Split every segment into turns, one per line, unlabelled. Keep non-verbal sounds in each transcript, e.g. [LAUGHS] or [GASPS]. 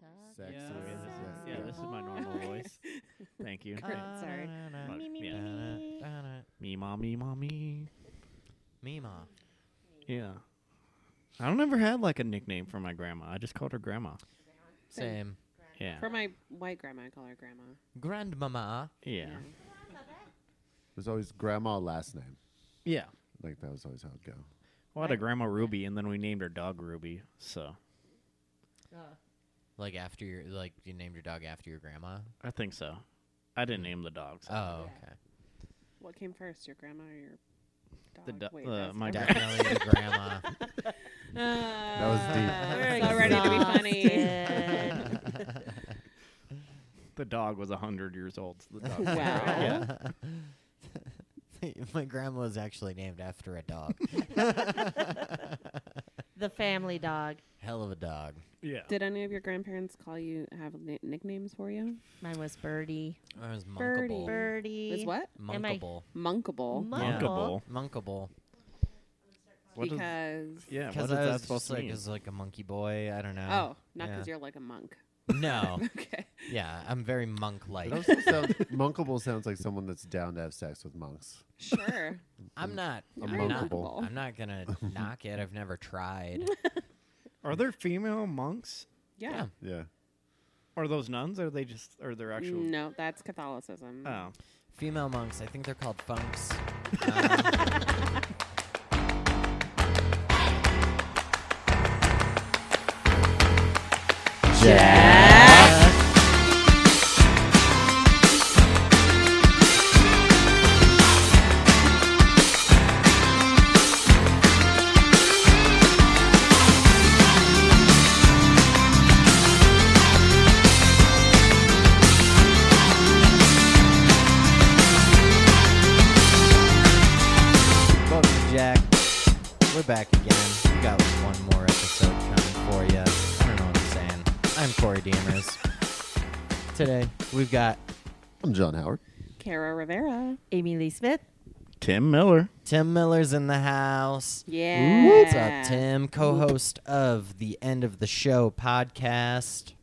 talk.
Sexy.
Yeah,
Yes.
this is, yeah, this is my normal
[LAUGHS]
voice. Thank [LAUGHS] you.
Uh, sorry.
But,
Me, me,
yeah.
me.
Me, mommy, mommy.
Mima.
Yeah. I don't ever had like a nickname for my grandma. I just called her grandma.
Same.
Yeah.
For my white grandma, I call her grandma.
Grandmama.
yeah.
There's always grandma last name.
Yeah.
Like that was always how it go.
Well, I had a grandma Ruby, and then we named her dog Ruby. So
Uh.
Like after your, like you named your dog after your grandma.
I think so. I didn't name the dogs.
Oh,
Yeah.
okay.
What came first, your grandma or your dog?
The do-
Wait,
uh,
that's
my [LAUGHS]
different.
Oh, Definitely the grandma.
that
was deep.
[LAUGHS] So ready to be funny.
Exhausted.
the dog was hundred years old. So the [LAUGHS] dog.
Wow.
Yeah.
[LAUGHS] My grandma was actually named after a dog.
the family dog.
Hell of a dog.
Yeah.
Did any of your grandparents call you have ni- nicknames for you?
Mine was Birdie.
Mine was
Birdie.
monkable.
Birdie.
Is what
Am I-
Monkable.
monkable?
Munkle.
Monkable.
Monkable.
What does-
because
yeah. What
Because
is
I
that
was
supposed
just
to
like,
mean?
was like a monkey boy. I don't know.
oh, not
yeah.
because you're like a monk. [LAUGHS]
No.
okay.
yeah, I'm very monk-like.
It
[LAUGHS]
also sounds monkable sounds like someone that's down to have sex with monks.
Sure.
I'm not.
I'm
I'm not,
monkable.
I'm not gonna knock it. I've never tried.
Are there female monks?
Yeah.
Yeah.
Yeah.
Are those nuns? Or are they just? Are there actual?
Mm, No, that's Catholicism.
Oh.
Female monks. I think they're called funks. Um, Welcome, Jack. We're back again. We got one more episode coming for you. I don't know what I'm saying. I'm Corey Demers. Today we've got
I'm John Howard.
Cara Rivera.
Amy Lee Smith.
Tim Miller.
Tim Miller's in the house.
Yeah.
What's up, Tim? Co-host of the End of the Show podcast.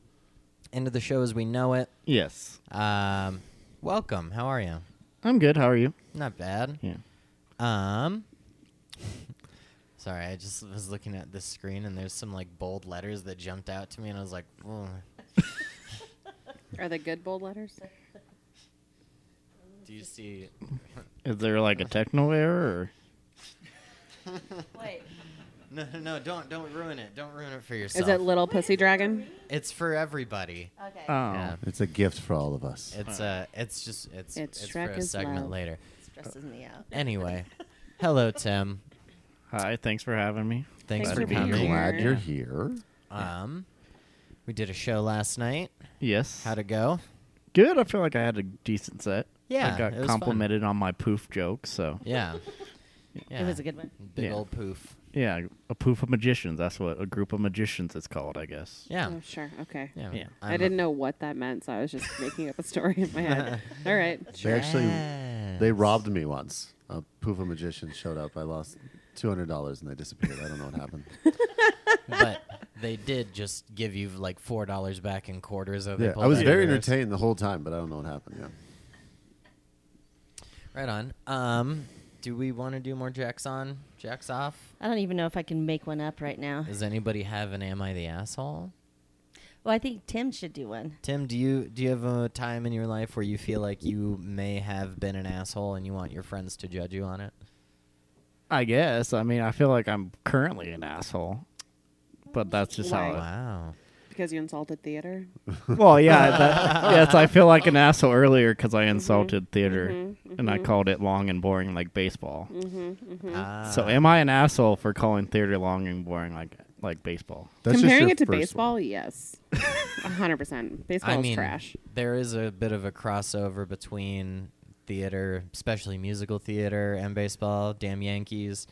End of the show as we know it.
Yes.
Um, welcome. How are you?
I'm good. How are you?
Not bad.
Yeah.
Um. [LAUGHS] Sorry, I just was looking at this screen and there's some like bold letters that jumped out to me, and I was like, "Ugh."
Are the good bold letters?
"Do you see?" [LAUGHS]
Is there like a techno error?
Wait.
No, no, no! Don't don't ruin it! Don't ruin it for
Is
yourself.
it Little Pussy Dragon?
It's for everybody.
Okay.
Or? Oh.
Yeah.
It's a gift for all of us.
It's uh, it's just it's
It's
it's, for
Shrek
a
is
segment
love.
later.
stresses me out.
Anyway, hello Tim.
Hi. Thanks for having me.
Thanks
Glad
for
to be
coming.
here.
Glad
Yeah.
you're here.
Um, we did a show last night.
Yes.
How'd it go?
Good. I feel like I had a decent set.
Yeah,
I got
it was fun.
complimented on my poof joke, so
Yeah. yeah.
It was a good one.
big
Yeah.
old poof.
yeah, a poof of magicians. That's what a group of magicians is called, I guess.
Yeah.
Oh, sure. Okay.
Yeah.
Yeah.
I
I'm a-
didn't know what that meant, so I was just making up a story in my
[LAUGHS]
head. All right.
They actually they
Yes.
robbed me once. A poofa magician showed up. I lost two hundred dollars and they disappeared. I don't know what happened.
but they did just give you like four dollars back in quarters. Of
yeah, I was very entertained the whole time, but I don't know what happened. Yeah.
Right on. Um, do we want to do more jacks on, jacks off?
I don't even know if I can make one up right now.
Does anybody have an "Am I the asshole"?
Well, I think Tim should do one.
Tim, do you do you have a time in your life where you feel like you may have been an asshole and you want your friends to judge you on it?
I guess. I mean, I feel like I'm currently an asshole, but that's just
Why?
how.
Wow.
Because you insulted theater.
I, well, yeah, [LAUGHS] that, yes, I feel like an asshole earlier because I insulted theater and I called it long and boring like baseball.
Ah.
So, am I an asshole for calling theater long and boring like like baseball?
That's just
Comparing
your
it to
first one.
baseball, yes. 100%. Baseball
[LAUGHS] I
is
mean,
trash.
there is a bit of a crossover between theater, especially musical theater, and baseball. Damn Yankees.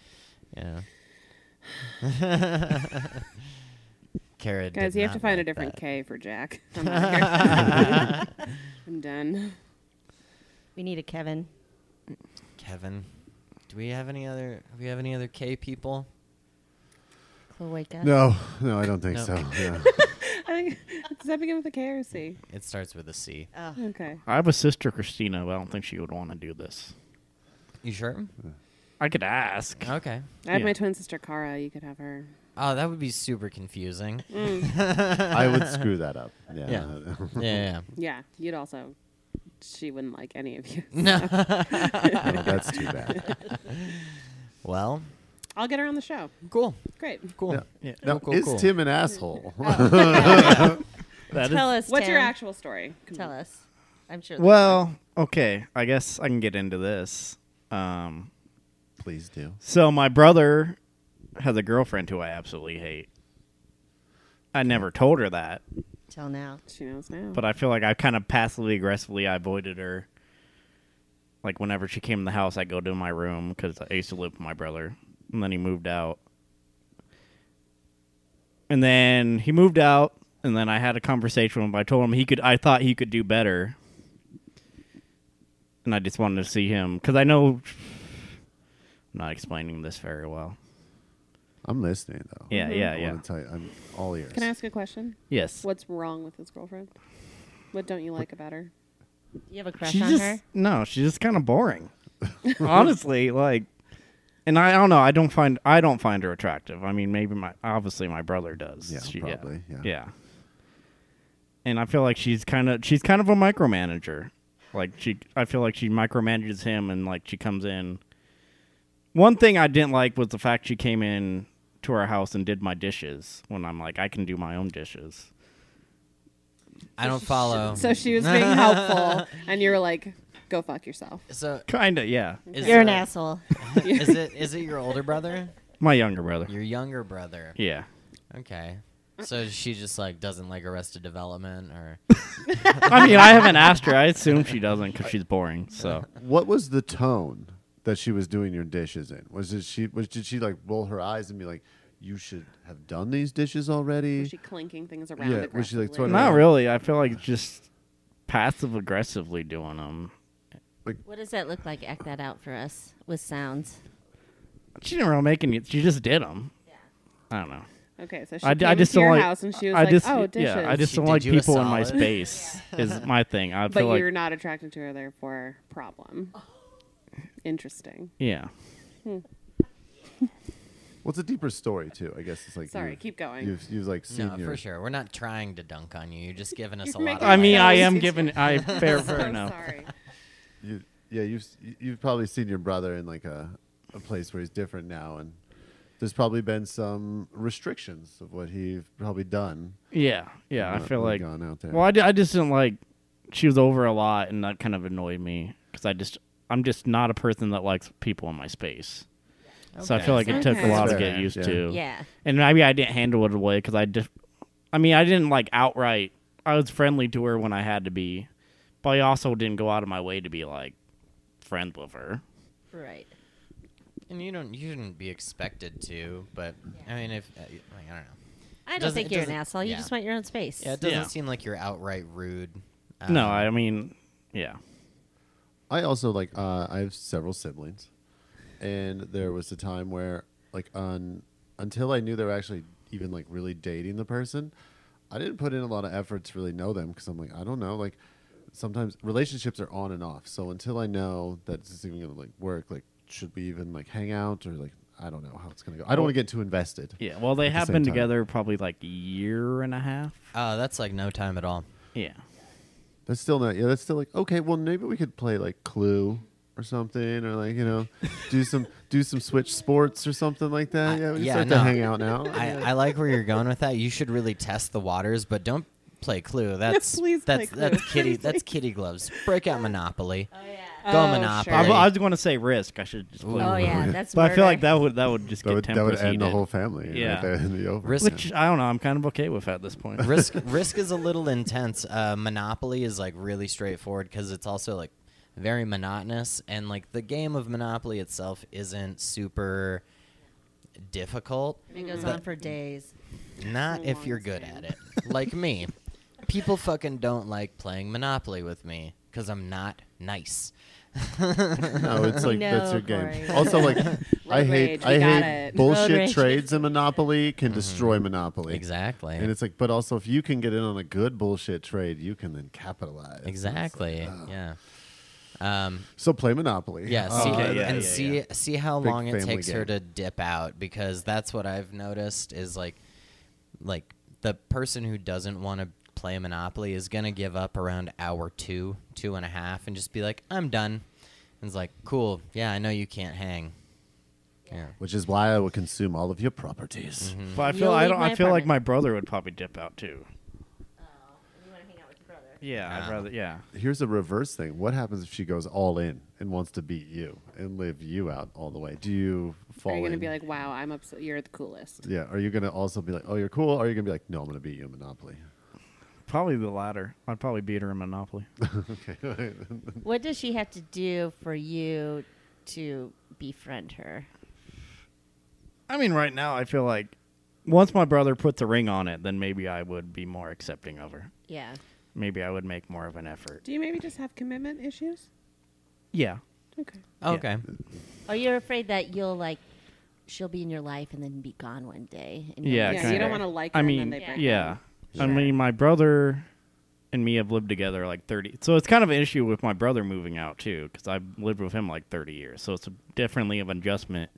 [LAUGHS]
Yeah. Kara
Guys,
did
you have to
not
find a
like
different
that. [LAUGHS]
K for Jack. I'm, outta here. [LAUGHS] I'm done. [LAUGHS]
We need a Kevin.
Kevin. Do we have any other? Do we have any other K people?
Cloaca.
No, no, I don't think
No.
so. Yeah.
I think does that begin with a K or a C?
It starts with a C.
Oh.
Okay.
I have a sister, Christina, but I don't think she would want to do this.
You sure?
I could ask.
[LAUGHS] Okay.
I have
Yeah.
my twin sister Kara. You could have her.
Oh, that would be super confusing.
Mm.
I would screw that up. Yeah. [LAUGHS]
Yeah. yeah, [LAUGHS] yeah.
Yeah, you'd also. She wouldn't like any of you.
No.
[LAUGHS]
Oh, that's too bad.
[LAUGHS] well,
I'll get her on the show.
cool.
Great.
Cool.
Yeah.
Now,
cool,
is
cool.
Tim
[LAUGHS]
an asshole?
Uh,
That is-
Tell us.
What's your
Tim.
actual story? Come
Tell
on.
us. I'm sure. there's
Well, okay. I guess I can get into this. Um,
Please do.
so my brother has a girlfriend who I absolutely hate. I never told her that,
one. Till now.
She knows now.
but I feel like I kind of passively aggressively I avoided her. Like whenever she came in the house, I go to my room because I used to live with my brother, and then he moved out. And then he moved out, and then I had a conversation with him. I told him he could. I thought he could do better, and I just wanted to see him because I know. I'm not explaining this very well.
I'm listening though.
Yeah, yeah,
I
yeah.
want to tell you, I'm all ears.
Mm-hmm. Can I ask a question?
Yes.
What's wrong with his girlfriend? What don't you like about her?
You have a crush
She's
on
just,
her?
No, she's just kind of boring. [LAUGHS] Honestly, like, and I, I don't know. I don't find I don't find her attractive. I mean, maybe my obviously my brother does.
Yeah, probably, yeah.
And I feel like she's kind of she's kind of a micromanager. Like she, I feel like she micromanages him, and like she comes in. One thing I didn't like was the fact she came in to our house and did my dishes when I'm like I can do my own dishes.
I don't
Um,
follow.
So she was
[LAUGHS]
being helpful, and you were like, "Go fuck yourself."
So
Kinda, yeah.
is
You're an
it-
asshole. [LAUGHS]
Is it is it your older brother?
My younger brother.
Your younger brother.
Yeah.
Okay. So she just like doesn't like Arrested Development [LAUGHS] or
I mean, I haven't asked her. I assume she doesn't because she's boring. So
What was the tone that she was doing your dishes in? Was it she? Was did she like roll her eyes and be like, "You should have done these dishes already"?
Was she clinking things around?
Yeah, was she, like,
aggressively?
throwing
not really. I feel like just passive aggressively doing them.
What does that look like? Act that out for us with sounds.
She didn't really make any. She just did them. I don't know.
Okay, so she
I, d-
came
I just
to
don't
your
like.
house, and she was
I
like,
just,
"Oh, dishes."
Yeah, I just
She
don't
did
like
you a
people in my
[LAUGHS]
solid.
space. Is my thing. I
but
feel
you're
like.
not attracted to her, therefore problem.
[LAUGHS]
Interesting. [LAUGHS]
Yeah.
Well, it's a deeper story too. I guess it's like.
Sorry,
you've-
keep going. [LAUGHS]
You've, you've like seen
no,
your.
for sure. We're not trying to dunk on you. You're just giving us a
You're
lot. Of
making
I mean,
Yeah,
I
it's
am
just-
giving.
[LAUGHS]
I fair,
So
fair enough.
sorry.
You, yeah, you've you've probably seen your brother in like a, a place where he's different now, and there's probably been some restrictions of what he's probably done.
Yeah,
Oh,
yeah. I
Not
feel
really
like.
gone out there.
Well, I, d- I just didn't like. She was over a lot, and that kind of annoyed me because I just I'm just not a person that likes people in my space. So I
Okay.
feel like it took a
Okay.
while to
That's
get
fair,
used
yeah.
to.
Yeah.
And maybe I didn't handle it away because I just, I mean, I didn't like outright. I was friendly to her when I had to be, but I also didn't go out of my way to be like friends with her.
Right.
And you don't. You shouldn't be expected to. But I mean, if uh, like, I don't know.
I don't
Doesn't-
think
it
you're an
doesn't-
asshole. You
yeah.
just want your own space.
Yeah, it doesn't
Yeah.
seem like you're outright rude.
no,
Um,
Uh-huh.
I mean, yeah,
I also like uh, I have several siblings, and there was a time where like on until I knew they were actually even like really dating the person, I didn't put in a lot of effort to really know them because I'm like I don't know like sometimes relationships are on and off. So until I know that this is even gonna like work, like should we even like hang out or like I don't know how it's gonna go. I don't want to get too invested.
yeah. Well, they
At the
have
same
been
time.
together probably like a year and a half.
Oh, that's like no time at all.
Yeah,
That's still not. Yeah, that's still like okay. Well, maybe we could play like Clue or something, or like you know, do
[LAUGHS]
some do some Switch sports or something like that.
I-
yeah, we can
yeah,
start
no.
to hang out now.
I, I like where you're going with that. You should really test the waters, but don't
[LAUGHS]
play Clue. That's
Please play
that's
Clue. [LAUGHS]
that's kitty that's kitty gloves. Break out Monopoly.
Oh yeah.
Go
Oh,
Monopoly.
sure.
I, I was going to say risk. I should just.
Oh yeah. That's.
But I feel
murder.
like that would that would just
that
get
would, that would end the
tempest-heated.
whole family.
Yeah.
right there in the over.
Risk-
Which I don't know. I'm kind of okay with at this point.
risk risk is a little intense. Uh, Monopoly is like really straightforward because it's also like very monotonous and like the game of Monopoly itself isn't super difficult.
It goes
but
on for days.
Not
a
if
long
you're good
time.
at it, [LAUGHS] like me. People fucking don't like playing Monopoly with me because I'm not nice.
[LAUGHS] No, it's like that's
No,
your game.
Corey.
Also, like I
Road
hate
rage, we
I
got
hate
it.
Road
bullshit
rage.
trades in Monopoly can destroy Monopoly.
Mm-hmm. Exactly.
And it's like, but also if you can get in on a good bullshit trade, you can then capitalize. And it's like,
Exactly.
oh.
Yeah. Um,
So play Monopoly.
yeah,
Uh,
see,
Okay, yeah,
and
yeah,
see
yeah.
see how
Big
long it
family
takes her
game.
to dip out because that's what I've noticed is like like the person who doesn't want to play Monopoly is gonna give up around hour two, two and a half, and just be like, I'm done. And it's like, cool, yeah, I know you can't hang. Yeah.
which is why I will consume all of your properties.
Mm-hmm.
But I feel
You'll
I
leave
don't. I
my
feel like
apartment.
my brother would probably dip out too.
Oh, You want to hang out with your brother?
Yeah, I'd
Ah.
rather. Yeah,
Here's a reverse thing. What happens if she goes all in and wants to beat you and live you out all the way? Do you fall
Are you gonna
in?
be like, wow, I'm upset. You're the coolest.
yeah. Are you going to also be like, oh, you're cool? Or are you going to be like, no, I'm going to beat you in Monopoly?
probably the latter. I'd probably beat her in Monopoly.
What does she have to do for you to befriend her?
I mean, right now I feel like once my brother puts a ring on it, then maybe I would be more accepting of her.
Yeah.
Maybe I would make more of an effort.
Do you maybe just have commitment issues?
Yeah.
Okay.
Oh, Okay.
Or you're afraid that you'll like, she'll be in your life and then be gone one day. And you'll
Yeah,
Yeah.
you
miss her.
don't wanna like
I
her and
mean,
then they break
yeah.
up.
I mean, my brother and me have lived together like thirty. So it's kind of an issue with my brother moving out too, because I've lived with him like thirty years. So it's definitely of an adjustment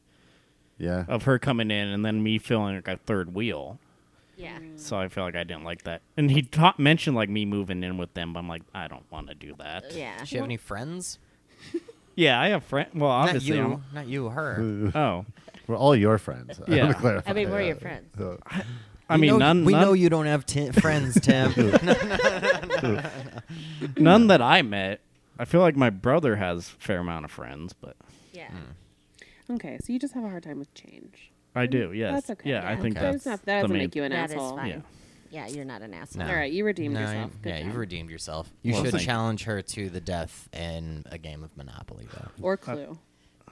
Yeah.
of her coming in and then me feeling like a third wheel.
Yeah.
So I feel like I didn't like that. And he ta- mentioned like me moving in with them, but I'm like, I don't want to do that.
Yeah.
Does she have any friends?
Yeah, I have friends. Well, obviously,
not you. Not you, her.
[LAUGHS]
[LAUGHS]
I'm- oh,
We're all your friends. [LAUGHS] I
Yeah.
want to clarify.
I mean, we're
yeah.
your friends.
So-
I
We
mean,
know-
none.
We
none,
know you don't have ti friends,
[LAUGHS]
Tim.
none that I met. I feel like my brother has a fair amount of friends, but
Yeah.
Okay, so you just have a hard time with change.
I do. Yes.
Mm, That's okay.
Yeah, I think
Okay.
that's
It's not- that
the
doesn't
main-
make you an
That is
asshole.
fine.
Yeah.
Yeah, you're not an asshole.
No.
All right, you redeemed
No,
yourself.
you-
Good
yeah,
job.
you've redeemed yourself. You
Well,
should
thank you.
challenge her to the death in a game of Monopoly, though.
Uh,
Or Clue.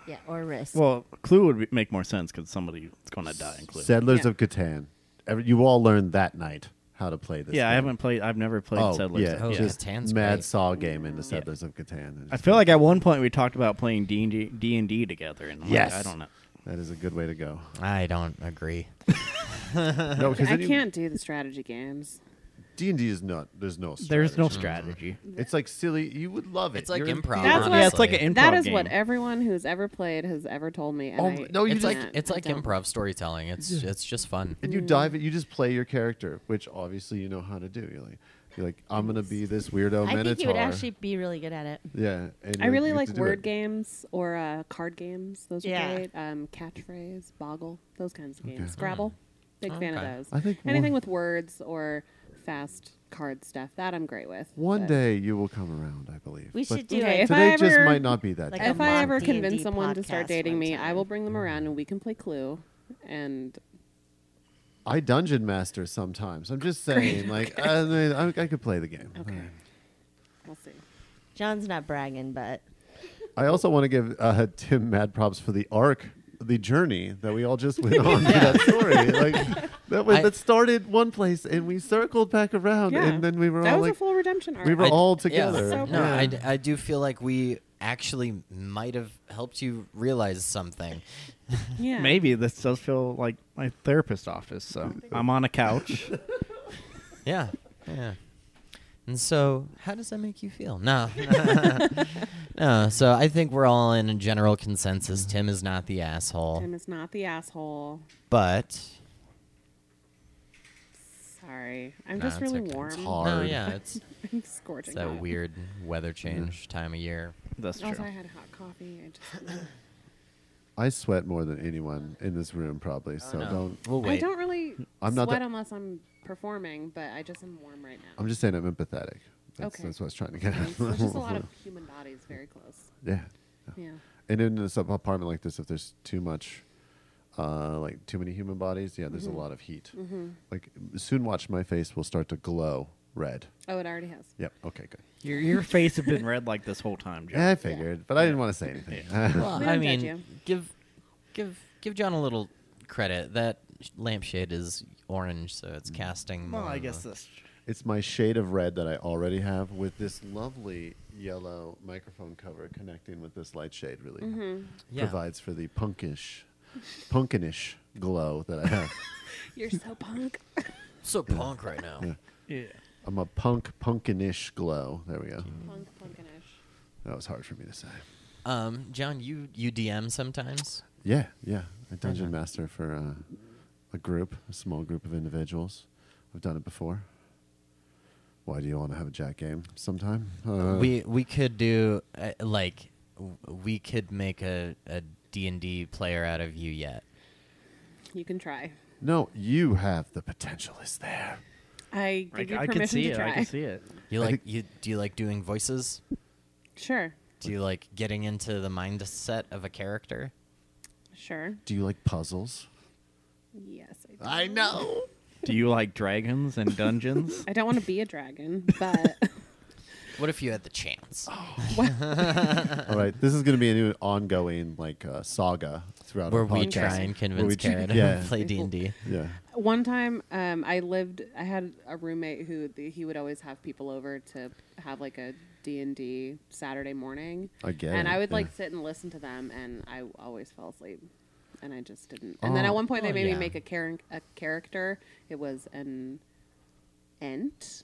Yeah, or risk.
Well, Clue would be, make more sense because somebody's going to die in Clue.
Settlers
Yeah.
of Catan. Every, you all learned that night how to play this.
yeah, I
game.
haven't played. I've never played
Oh,
Settlers.
yeah,
of-
Oh,
yeah.
just
Catan's
mad
great.
saw game in the Settlers of Catan.
I feel like at one point we talked about playing D and D and D together, and I'm like,
Yes.
I don't know.
that is a good way to
[LAUGHS]
go.
I don't agree.
No, because
I can't do the strategy games.
D and D is not. There's no. Strategy.
There's no strategy.
Mm.
It's like silly. You would love it.
It's like
You're in
improv.
That's
theater.
what-
yeah, it's like
Honestly.
an improv
that is
game.
what everyone who's ever played has ever told me. And
Oh,
I,
no, you
It's
just-
like it's like improv storytelling. It's it's just fun.
And you dive it. You just play your character, which obviously you know how to do. You're like, you're like, I'm gonna be this weirdo
I
minotaur.
think you would actually be really good at it.
Yeah. And
I
you-
really
you have
like
to do
word
it.
games or uh, card games. Those are
Yeah.
great. Um, catchphrase, boggle, those kinds of games. Scrabble, big fan
Okay.
of those.
I think
anything
one-
with words or fast card stuff that I'm great with.
One
but- [LAUGHS]
day you will come around, I believe.
We
But
should do
Okay,
it.
if
Today
I
just
ever-
might not be that.
Like
day.
if I
mock
ever
D&D
convince someone to start
podcast
dating
one
me, I
time.
will bring them around and we can play Clue. And
I dungeon master sometimes. I'm just
[LAUGHS]
saying, like, I, mean, I, I could play the game.
okay, we'll see.
John's not bragging, but
I also want to give uh, Tim mad props for the arc, the journey that we all just
[LAUGHS]
went on to that story. Like that was
I-
that started one place and we circled back around,
Yeah.
and then we were
that
all
was
like,
a full redemption arc.
we were
I-
all
yeah.
together.
So
No, I,
Yeah.
I do feel like we actually might have helped you realize something.
[LAUGHS] yeah.
Maybe this does feel like my therapist office. So I'm on a couch. [LAUGHS]
Yeah, yeah. And so, how does that make you feel? No, [LAUGHS] no. So I think we're all in a general consensus. Tim is not the asshole,
Mm-hmm. Tim is not the asshole.
but
Sorry, I'm
No,
just
it's
really
okay. It's
warm.
hard.
no, yeah, it's.
[LAUGHS] I'm
It's
scorching.
that
hot.
weird weather change time of year.
That's true.
Also, I had hot coffee. I just
I sweat more than anyone in this room, probably. So
Oh, no.
don't.
We'll
I
wait.
don't really
I'm not
sweat
the-
unless I'm performing, but I just am warm right now.
I'm just saying I'm empathetic. That's,
Okay.
that's what I was trying to get
It's there's just a lot
at. [LAUGHS]
of human bodies very close.
yeah.
Yeah.
And in this apartment like this, if there's too much, uh, like too many human bodies, yeah,
Mm-hmm.
there's a lot of heat. Like soon, watch my face will start to glow red.
Oh, it already has.
Yep. Okay. Good.
Your your face has been red like this whole time, Joe.
Yeah, I figured, but I didn't want to say anything. [LAUGHS]
Well,
We
I
don't judge
mean,
you.
give give give John a little credit. That sh- lampshade is orange, so it's casting.
Well,
more
I
of
guess
a-
this
It's my shade of red that I already have with this lovely yellow microphone cover connecting with this light shade. Really
Yeah.
provides for the punkish, punkinish glow that I have.
[LAUGHS]
You're so punk.
So punk right now.
Yeah.
I'm a punk punkinish glow. There we go.
[LAUGHS] punk, punkinish.
That was hard for me to say.
Um, John, you you DM sometimes.
Yeah, yeah. A dungeon master for uh, a group, a small group of individuals. I've done it before. Why do you want to have a jack game sometime? Uh,
we we could do uh, like w- we could make a a D and D player out of you yet.
You can try.
no, you have the potential. Is there?
I
I,
give you
I
permission
can see
to
it.
try.
I can see it.
You
I
like
think-
you do you like doing voices?
Sure,
Do you like getting into the mindset of a character?
sure.
Do you like puzzles?
Yes, I do.
I know.
Do you like dragons and dungeons?
I don't want to be a dragon,
[LAUGHS]
but
What if you had the chance?
Oh, All right, this is going to be a new ongoing like uh, saga throughout
Where
our
we
podcast.
try and
Where
convince
we
Kara to [LAUGHS]
yeah,
play D and D.
yeah.
one time um, I lived. I had a roommate who the, he would always have people over to have like a D and D Saturday morning.
I get
And
it,
I would like
Oh, yeah.
sit and listen to them, and I always fell asleep, and I just didn't. And then
Oh.
at one point
Oh,
they made
yeah.
me make a, char- a character. It was an ent,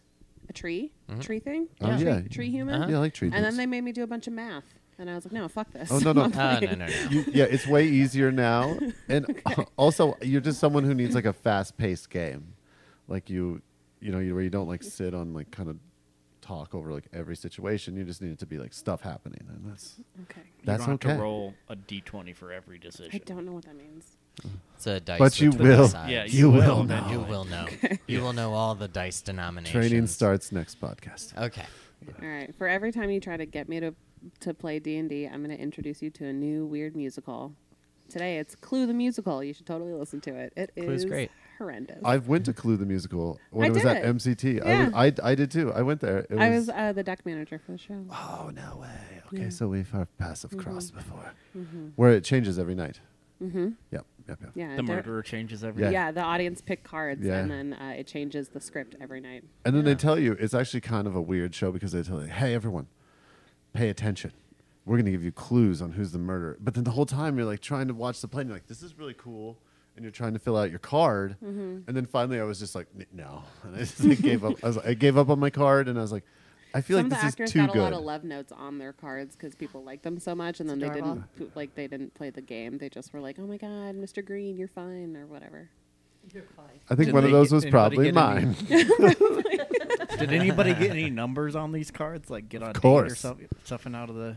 a tree, tree thing,
Oh,
tree,
yeah.
tree human.
Yeah, I like tree
And then
dudes.
they made me do a bunch of math, and I was like, no, fuck this.
Oh, no,
[LAUGHS] [LAUGHS]
no.
I'm
Uh, no,
playing.
no, no.
[LAUGHS] You- yeah, it's way easier
[LAUGHS]
now. And [LAUGHS] also, you're just someone who needs like a fast-paced game, like you, you know, you, where you don't like sit on like kind of talk over like every situation. You just need it to be like stuff happening, and that's
Okay,
that's
you don't
okay.
Have to roll a d twenty for every decision.
I don't know what that means.
It's a dice.
But you
with 20
will.
sides.
Yeah,
You
you, will.
will
eventually.
You will know. You will know all the dice denominations.
Training starts next podcast.
Okay.
All right. For every time you try to get me to to play D and I'm going to introduce you to a new weird musical. Today it's Clue the musical. You should totally listen to it. It is
Clue's great.
horrendous. I,
I've went to Clue the musical when
I
it was
did
at
it.
MCT.
Yeah.
I, was, I I did too. I went there. It was,
was uh, the deck manager for the
[GASPS]
show.
oh no way. Okay, so we've our paths
Mm-hmm.
have crossed before, where it changes every night. Mm-hmm. Yep, yep, yep.
Yeah.
The
they're-
murderer changes every.
Yeah.
Yeah.
the audience pick cards
Yeah.
and then uh, it changes the script every night.
And then they tell you it's actually kind of a weird show because they tell you, "Hey, everyone, pay attention. We're going to give you clues on who's the murderer." But then the whole time you're like trying to watch the play, and you're like, "This is really cool," and you're trying to fill out your card.
Mm-hmm.
And then finally, I was just like, "N- "No," [LAUGHS] and I just like, gave up. I, was, like- I gave up on my card, and I was like, "I feel
Some of
like
the
this
actors
is too
got a
good."
lot of love notes on their cards because people liked them so much, and then they didn't p- like they didn't play the game. They just were like, "Oh my God, Mr. Green, you're fine," or whatever.
I think
Did
one of
they
those
get-
was
anybody
probably
get any-
mine.
[LAUGHS] Did anybody get any numbers on these cards? Like get on date or
course.
something, something out of the.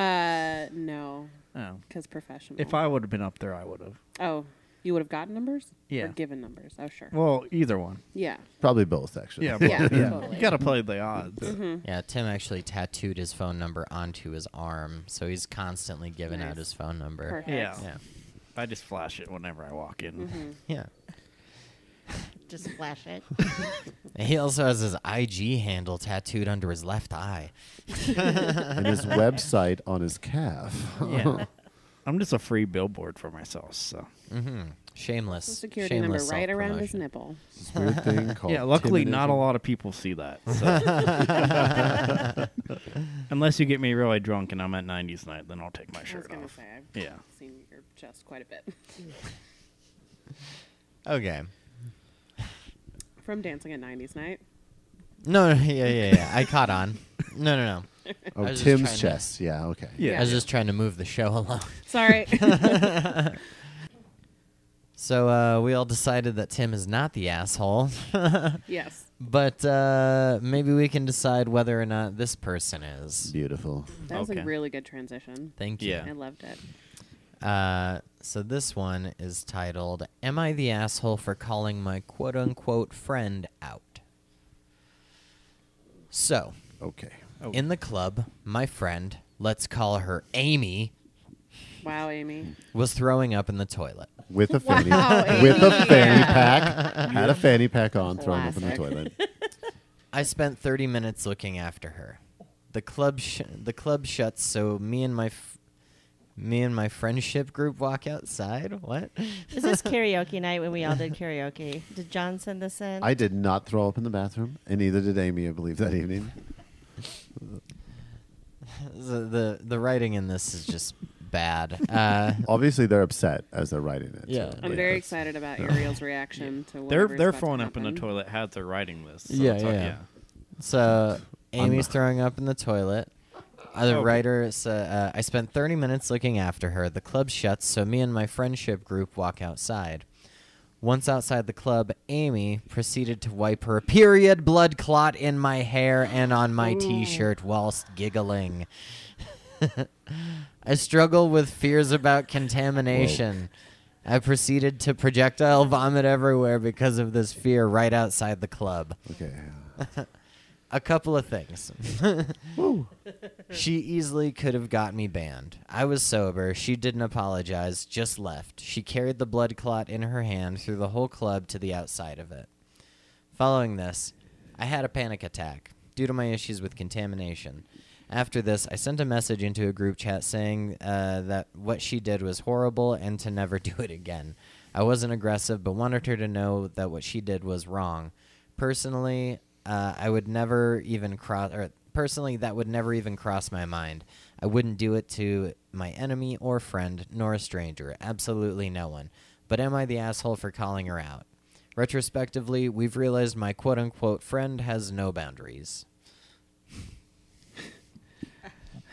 Uh, no,
Oh.
because professional.
If I would have been up there, I would have.
Oh, you would have gotten numbers? Or
Yeah.
given numbers. Oh, sure.
Well, either one.
yeah.
probably both, actually.
Yeah.
Yeah,
but-
totally.
You gotta play the odds.
Mm-hmm.
Yeah, Tim actually tattooed his phone number onto his arm, so he's constantly giving
Nice.
out his phone number.
Perfect.
Yeah.
Yeah.
I just flash it whenever I walk in.
Yeah.
Just flash it.
And he also has his IG handle tattooed under his left eye.
and his website on his calf. [LAUGHS]
Mm-hmm.
Yeah. I'm just a free billboard for myself. So
Mm-hmm. Shameless.
Social Security number
shameless
right around his
self-promotion.
nipple.
This weird thing called
yeah, luckily not a
Timonism.
lot of people see that. So. [LAUGHS] Unless you get me really drunk and I'm at 90s night, then I'll take my
I was
shirt
going to
off.
say, I've
Yeah.
seen your chest quite a bit. [LAUGHS]
Okay.
From Dancing at 90s Night.
No, [LAUGHS] no, yeah, yeah, yeah. I caught on. No, no, no. I
Oh,
was just trying
Tim's
to-
chest. Yeah. Okay.
Yeah.
I was just trying to move the show [LAUGHS] along.
Sorry.
So uh, we all decided that Tim is not the asshole, [LAUGHS]
yes.
but uh, maybe we can decide whether or not this person is.
Beautiful.
That was a
Okay.
really good transition.
Thank you.
Yeah.
I loved it.
Uh, so this one is titled "Am I the asshole for calling my quote-unquote friend out?" So,
Okay.
Oh.
in the club, my friend, let's call her Amy,
Wow,
[LAUGHS]
Amy.
was throwing up in the toilet.
With a
[LAUGHS]
fanny,
Wow,
with a
Amy.
fanny pack, had a fanny pack on, thrown up in the
Classic.
toilet.
[LAUGHS]
I spent 30 minutes looking after her. The club sh- the club shuts so me and my f- Me and my friendship group walk outside. What? [LAUGHS]
Is this karaoke night when we all did karaoke? Did John send this in?
I did not throw up in the bathroom, and neither did Amy, I believe, that evening.
the, the the writing in this is just bad. Uh,
Obviously, they're upset as they're writing it.
Yeah.
so,
I'm very
yeah, that's-
excited about
[LAUGHS]
Ariel's reaction to what
They're they're throwing up in the toilet as they're writing this. So
Yeah,
it's like,
yeah. so Amy's throwing up in the toilet. Uh, the
Okay.
writer said, uh, "I spent 30 minutes looking after her. The club shuts, so me and my friendship group walk outside. Once outside the club, Amy proceeded to wipe her period blood clot in my hair and on my t-shirt whilst giggling. [LAUGHS] I struggle with fears about contamination. I proceeded to projectile vomit everywhere because of this fear right outside the club.
Okay.
[LAUGHS] A couple of things. [LAUGHS] she easily could have got me banned. I was sober. She didn't apologize, just left. She carried the blood clot in her hand through the whole club to the outside of it. Following this, I had a panic attack due to my issues with contamination. After this, I sent a message into a group chat saying uh, that what she did was horrible and to never [LAUGHS] do it again. I wasn't aggressive, but wanted her to know that what she did was wrong. Personally, uh, I would never even cross, or personally, that would never even cross my mind. I wouldn't do it to my enemy or friend, nor a stranger, absolutely no one. But am I the asshole for calling her out? Retrospectively, we've realized my quote unquote friend has no boundaries.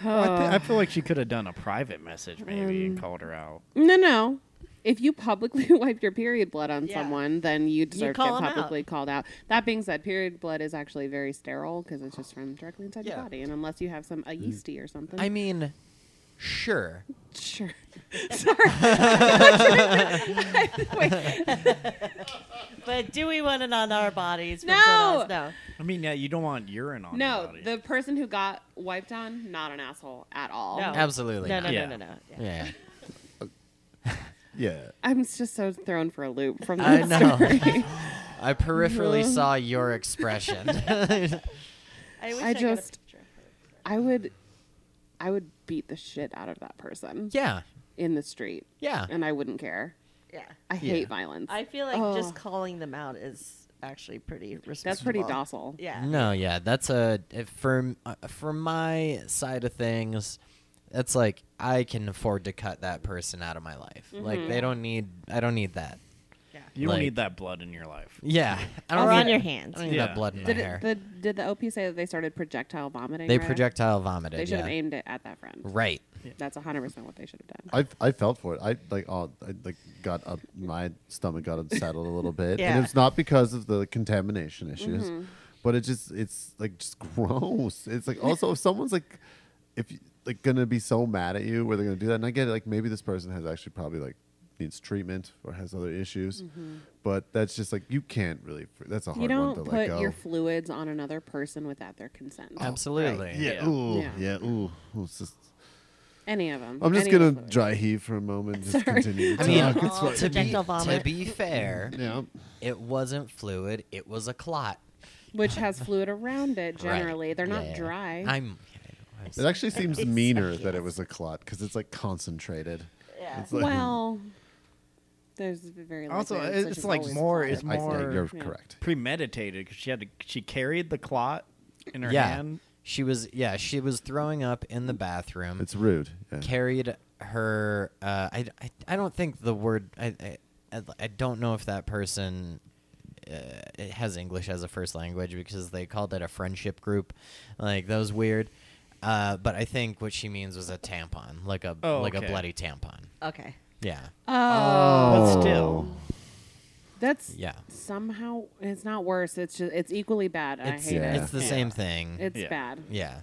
I, thi- I feel like she could have done a private message maybe
Um,
and called her out.
No, no. If you publicly [LAUGHS] wipe your period blood on
Yeah.
someone, then you deserve to
call
get
'em out.
publicly called out. That being said, period blood is actually very sterile because it's just from directly inside
Yeah. Mm.
your body, and unless you have some a yeasty or something,
I mean, sure.
sure. [LAUGHS]
[LAUGHS]
Sorry. Wait,
But do we want it on our bodies? from
No!
someone else? No.
I mean, yeah, you don't want urine on. your
no,
body.
the person who got wiped on, not an asshole at all.
No.
Absolutely.
No, no,
not.
no,
Yeah.
no, no. Yeah.
Yeah.
Yeah.
I'm just so thrown for a loop from
I
that
know.
story. [LAUGHS]
I peripherally saw your expression. [LAUGHS]
I, wish
I
I, got a
just-
picture.
I would, I would beat the shit out of that person
yeah.
in the street,
Yeah.
and I wouldn't care.
Yeah.
I
Yeah.
hate violence.
I feel like
Oh.
just calling them out is actually pretty responsible.
That's pretty docile.
Yeah.
No, yeah, that's a if for uh, for my side of things. That's like I can afford to cut that person out of my life. Like
Mm-hmm.
they don't need. I don't need that.
Yeah.
you don't
like-
need that blood in your life.
Yeah, I don't
Or
need
on your
I
hands.
don't need
Yeah.
that blood in
Did,
my
it,
hair.
the, did the OP say that they started projectile vomiting?
they
right?
projectile vomited.
They Oh, should have
yeah.
aimed it at that friend.
Right.
That's 100% what they should have done.
I, I felt for it. I like oh I like got up my stomach got unsettled a little bit,
Yeah.
and it's not because of the contamination issues,
Mm-hmm.
but it just it's like just [LAUGHS] gross. It's like also if someone's like if you- like gonna be so mad at you where they're gonna do that, and I get it. Like maybe this person has actually probably like needs treatment or has other issues, but that's just like you can't really. fr- That's a hard
Mm-hmm. You
one to
don't
let
put
go.
your fluids on another person without their consent.
Oh. Absolutely.
yeah,
Yeah.
ooh, yeah,
Yeah.
ooh, ooh, it's just-
Any of them.
I'm just
Any
gonna
of the fluids.
dry heave for a moment. And just
Sorry.
continue. To
I mean,
talk.
[LAUGHS]
Yeah.
It's fine.
to, be,
Projectile
to
vomit.
be fair,
yeah.
it wasn't fluid. It was a clot.
Which has fluid around it
Right.
generally. They're not
Yeah.
dry.
I'm. I know, I'm
It
sorry.
actually seems meaner that it was a clot because it's like concentrated.
Yeah.
It's like,
well, there's very
Also,
likely
it's
such as
like
always
more
clotted.
is
I, yeah,
more-
you're
Yeah.
correct.
Premeditated because she had to. She carried the clot in her
yeah.
hand.
She was. Yeah. She was throwing up in the bathroom.
It's rude. Yeah.
carried her. Uh, I, I I don't think the word I I- I, I don't know if that person uh, it has English as a first language because they called it a friendship group, like that was weird. Uh, but I think what she means was a tampon, like a
Oh,
like a
okay.
bloody tampon.
Okay.
Yeah,
Oh,
But still,
that's
yeah.
somehow it's not worse. It's just it's equally bad. and
It's
I hate
Yeah.
it.
it's the same thing.
It's
Yeah.
bad.
yeah.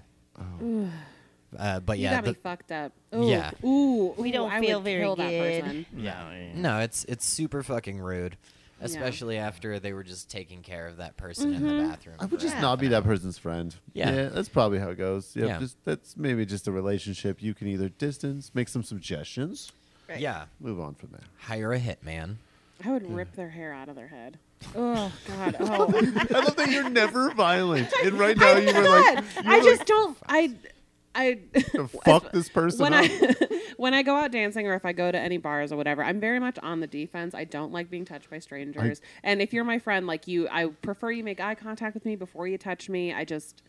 Uh, but
You
yeah,
got me
the-
fucked up. Ooh,
Yeah.
Ooh,
We
ooh,
don't
I
feel
would
very
kill
good.
That person.
yeah, yeah.
No, it's it's super fucking rude, especially after they were just taking care of that person in the bathroom.
I would
for
just
half
not
an
be that
hour.
person's friend.
Yeah.
that's probably how it goes. Yeah,
Yeah.
just that's maybe just a relationship. You can either distance, make some suggestions,
Right.
Yeah,
move on from there.
hire a hitman.
I would rip their hair out of their head. Oh
[LAUGHS]
God! Oh,
I love that you're never violent, and right now you were like,
I just don't. I I
Fuck this person
when
up.
I [LAUGHS] when I go out dancing or if I go to any bars or whatever, I'm very much on the defense. I don't like being touched by strangers. and if you're my friend, like you, I prefer you make eye contact with me before you touch me. I just,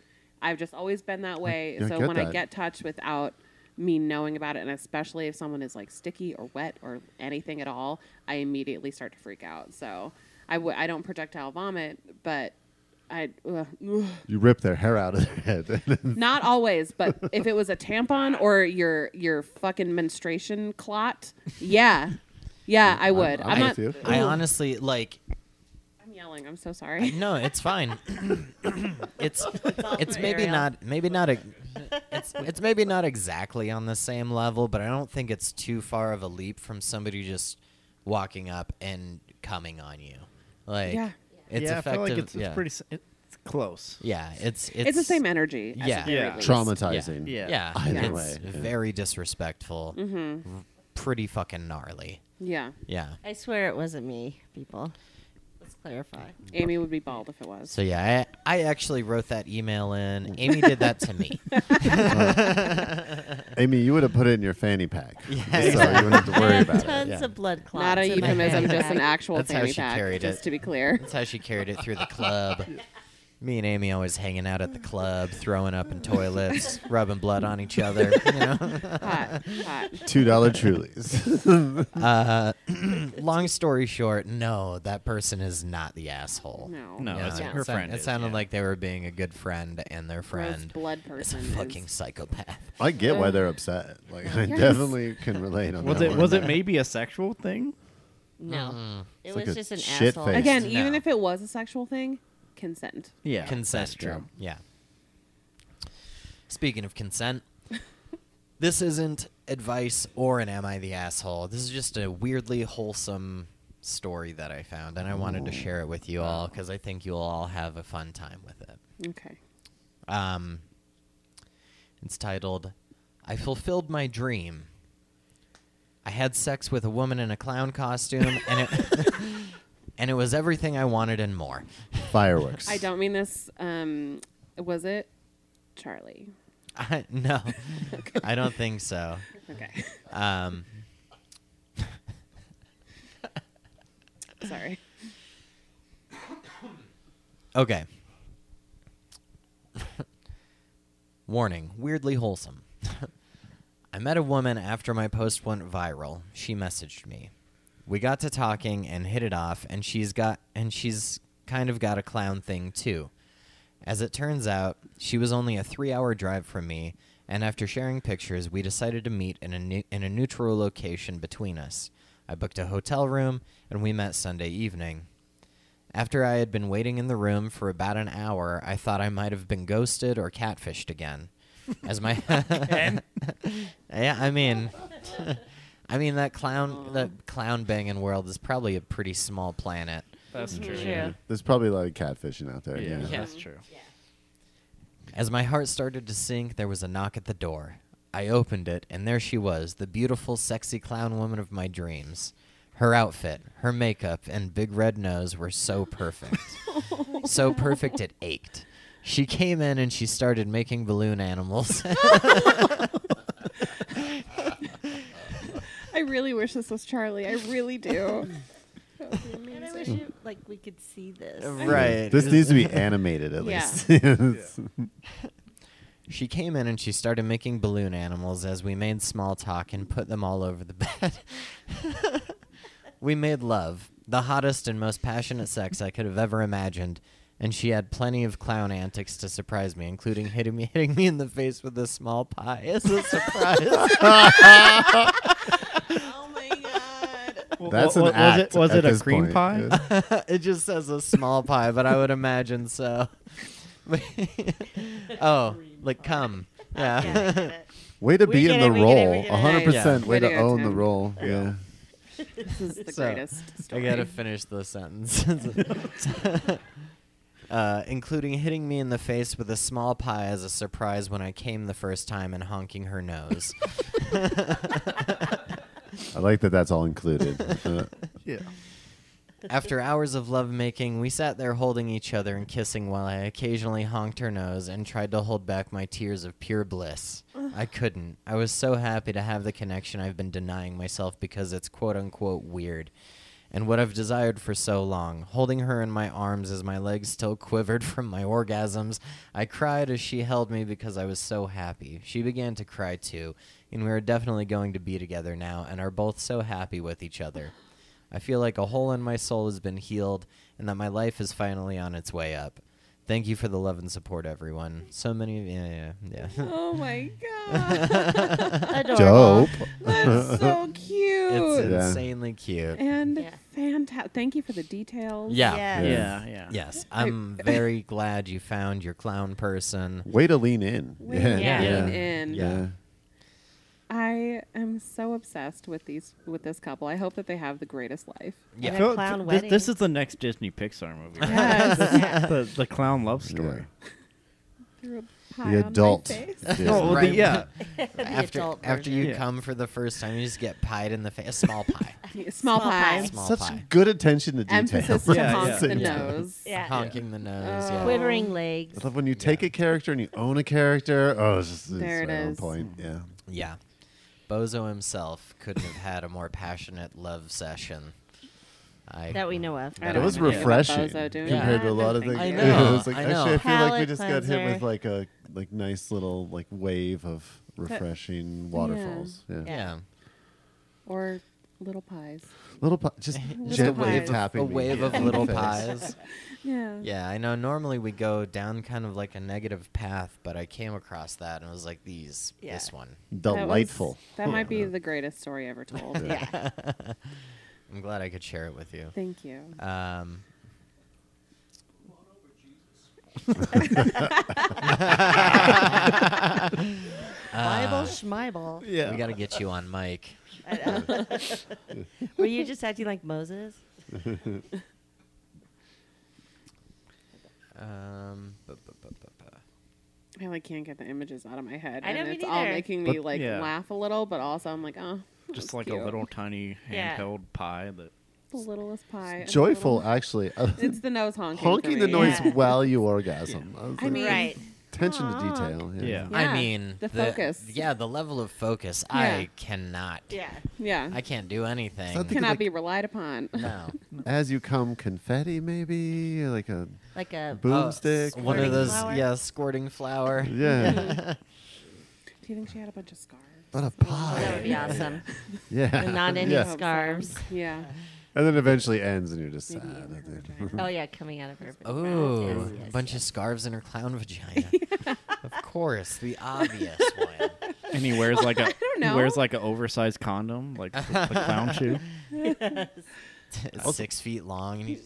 I've just always been that way.
yeah, I
so
get
when I
that.
get touched without me knowing about it, and especially if someone is like sticky or wet or anything at all, I immediately start to freak out. So I w- I don't projectile vomit, but I. ugh.
you rip their hair out of their head. [LAUGHS]
Not always, but if it was a tampon or your your fucking menstruation clot, yeah, yeah, I would.
I'm
I'm, not. [LAUGHS]
with you.
I honestly like.
I'm yelling. I'm so sorry.
No, it's fine. [COUGHS] it's it's maybe
Ariel.
not maybe not a it's it's maybe not exactly on the same level, but I don't think it's too far of a leap from somebody just walking up and coming on you. Like
Yeah.
it's
yeah, I
effective.
feel like it's,
yeah.
it's pretty. s- It's close.
Yeah, it's it's,
It's, the same energy. at the
yeah.
very
Yeah.
least.
Traumatizing.
Yeah.
Yeah,
Either
it's
way, yeah.
very disrespectful.
Mm-hmm.
r- Pretty fucking gnarly.
Yeah,
Yeah.
I swear it wasn't me, people. Let's clarify.
Amy would be bald if it was.
So yeah, I, I actually wrote that email in. Amy did that
[LAUGHS]
to me.
Amy, you would have put it in your fanny pack.
Yeah,
so you wouldn't have to
I [LAUGHS]
worry
have
about it.
tons
yeah.
of blood clots.
Not a
in my
euphemism, just an
handbag.
actual
That's how
fanny
she
pack.
carried
just
it.
to be clear.
[LAUGHS] That's how she carried it through the club. Me and Amy always hanging out at the club, throwing up in toilets, rubbing blood on each other. You know.
hot, hot.
Two dollar Trulies.
Uh, long story short, no, that person is not the asshole.
No,
No,
Yeah,
it's
it
her
sound-
friend.
It
is,
sounded
yeah.
like they were being a good friend, and their
Gross
friend
blood
is
person.
a
is-
fucking psychopath.
I get why
Uh,
they're upset. Like I
Yes.
definitely can relate on
Was
that.
it
one.
was it maybe a sexual thing?
No, it
It's like
was
a
just an
shit
asshole.
face.
Again,
No.
even if it was a sexual thing, consent.
Yeah,
consent.
That's [LAUGHS] true.
Yeah. Speaking
[LAUGHS]
of consent, this isn't advice or an am I the asshole. This is just a weirdly wholesome story that I found, and I wanted to share it with you all because I think you'll all have a fun time with it.
Okay.
Um, it's titled I Fulfilled My Dream. I had sex with a woman in a clown costume,
[LAUGHS]
and it, [LAUGHS] and it was everything I wanted and more.
fireworks?
I don't mean this. Um, was it Charlie?
I, [LAUGHS] no, I don't think so.
Okay.
Um,
[LAUGHS] Sorry.
okay. [LAUGHS] Warning weirdly wholesome. [LAUGHS] I met a woman after my post went viral. She messaged me. We got to talking and hit it off, and she's got and she's kind of got a clown thing too. As it turns out, she was only a 3-hour drive from me, and after sharing pictures, we decided to meet in a new, in a neutral location between us. I booked a hotel room and we met Sunday evening. After I had been waiting in the room for about an hour, I thought I might have been ghosted or catfished again. As my Yeah, I mean [LAUGHS] I mean that clown that clown banging world is probably a pretty small planet.
That's true.
True.
There's probably a lot of catfishing out there.
Mm-hmm. Yeah,
Yeah.
Yeah.
that's true.
As my heart started to sink, there was a knock at the door. I opened it, and there she was, the beautiful, sexy clown woman of my dreams. Her outfit, her makeup, and big red nose were so perfect. so perfect it ached. She came in and she started making balloon animals.
I really wish this was Charlie. I really do.
And I wish you, like we could see [LAUGHS] this. Oh
This needs
[LAUGHS]
to be animated at
Yeah.
least. [LAUGHS] Yes.
She came in and she started making balloon animals as we made small talk and put them all over the [LAUGHS] bed. we made love, the hottest and most passionate sex I could have ever imagined, and she had plenty of clown antics to surprise me, including hitting me [LAUGHS] hitting me in the face with a small pie as a surprise.
Oh my god.
That's an
was it
act
was
at
it a
this
cream pie?
point. Yeah.
[LAUGHS]
it just says a small pie, but I would imagine
[LAUGHS]
so. [LAUGHS] oh, like come.
Yeah, I
Yeah.
get it.
Way to
We
be
get
in
it,
the
we get it, we
role.
get it.
hundred percent.
Yeah.
Way to
Video
own the
too.
role. Yeah.
This is the
So,
greatest
I
story.
gotta finish the sentence. [LAUGHS] uh, including hitting me in the face with a small pie as a surprise when I came the first time and honking
[LAUGHS]
her nose. [LAUGHS]
[LAUGHS]
[LAUGHS] I like that. That's all included. Uh,
Yeah.
After hours of lovemaking, we sat there holding each other and kissing while I occasionally honked her nose and tried to hold back my tears of pure bliss. I couldn't. I was so happy to have the connection I've been denying myself because it's quote unquote weird. And what I've desired for so long, holding her in my arms as my legs still quivered [LAUGHS] from my orgasms, I cried as she held me because I was so happy. She began to cry too, and we are definitely going to be together now and are both so happy with each other. [LAUGHS] I feel like a hole in my soul has been healed and that my life is finally on its way up. Thank you for the love and support, everyone. So many of you. Yeah, yeah. yeah. [LAUGHS]
Oh my god,
[LAUGHS] Adorable.
Dope.
that's so cute
it's
Yeah.
insanely cute.
and
Yeah.
fantastic. Thank you for the details.
Yeah.
Yes.
Yeah, yeah.
[LAUGHS]
Yes. I'm very glad you found your clown person.
Way to lean in.
Way
yeah.
to
Yeah.
lean
yeah.
in.
Yeah.
Yeah.
I am so obsessed with these with this couple. I hope that they have the greatest life.
Yeah.
I
And a
feel-
clown
th-
wedding.
This, this is the next Disney Pixar movie. right? the, the clown love story.
Threw a pie on
The
my
adult.
face. [LAUGHS]
Disney.
Oh, well, the-
Right.
yeah.
The
After,
adult
after
version.
you
Yeah.
come for the first time, you just get pied in the face. Small
[LAUGHS]
pie.
Small,
Small
pie.
pie.
Small
Such
pie.
good attention to detail.
Emphasis
Yeah,
to
[LAUGHS]
yeah.
honk the
Yeah.
nose.
Yeah.
Honking the nose.
Oh.
yeah.
Quivering legs.
I love when you take a character and you own a character. Oh, it's just it's
There it
right on
is.
point. Yeah.
Yeah. Bozo himself couldn't have had a more passionate love session. I
That we know of.
I
It
don't
was
know anything about
refreshing
Bozo doing
compared
that.
to a lot of
Thank
things. Yeah,
you. I
[LAUGHS]
know,
it was like,
I
actually,
know.
I feel like we
Palate
just got hit with
cleanser.
like a like nice little like wave of refreshing waterfalls. Yeah.
Yeah.
Or little pies.
Little pi-
[LAUGHS]
just
Little
gently
pies.
tapping
A
me
wave of
in the [LAUGHS]
little
face.
pies.
Yeah.
Yeah, I know normally we go down kind of like a negative path, but I came across that and was like these
Yeah.
this one.
That was-
Delightful.
That, might
[LAUGHS]
be the greatest story ever told.
Yeah.
I'm glad I could share it with
[LAUGHS]
you.
Thank you.
Um
Bible schmibel.
[LAUGHS]
we got to get you on mic.
I know. Were you just acting like Moses?
Um bu- bu- bu- bu- bu-
I like can't get the images out of my head,
I
and
know, me
it's all
neither.
making
But-
me like
yeah.
laugh a little, but also I'm like, oh,
Just
that's
like
cute.
a little tiny
Yeah.
handheld pie that
the littlest pie, and the
Joyful,
little-
actually.
[LAUGHS]
[LAUGHS]
It's the nose honking. for
honking the
me.
noise
Yeah.
while
[LAUGHS]
you orgasm. I was
I
like,
mean- Right.
attention to
Honk.
detail.
Yeah.
Yeah,
I mean,
the focus.
Yeah, the level of focus.
Yeah.
I cannot.
Yeah.
Yeah,
I can't do anything.
that the-
cannot
like-
be relied upon.
no.
As you come, confetti maybe like a
Like a.
boomstick.
Oh, one of
Squirting
those
flour.
yeah, squirting flour.
[LAUGHS]
[LAUGHS] Yeah,
[LAUGHS] Do you think she had a bunch of scars?
but a
That
pie.
would be awesome.
[LAUGHS] Yeah,
And not any
Yeah.
Hope so.
scarves.
Yeah.
And then eventually ends, and you're just sad.
Maybe in
I
her
think.
[LAUGHS]
vagina.
Oh yeah, coming out of her. mouth.
Oh,
Yes,
a
yes,
bunch
yes.
of scarves in her clown vagina.
[LAUGHS]
Of course, the obvious one.
and he wears like a
don't
he wears
know.
like an oversized condom, like the, the clown shoe.
It's six feet long, and he's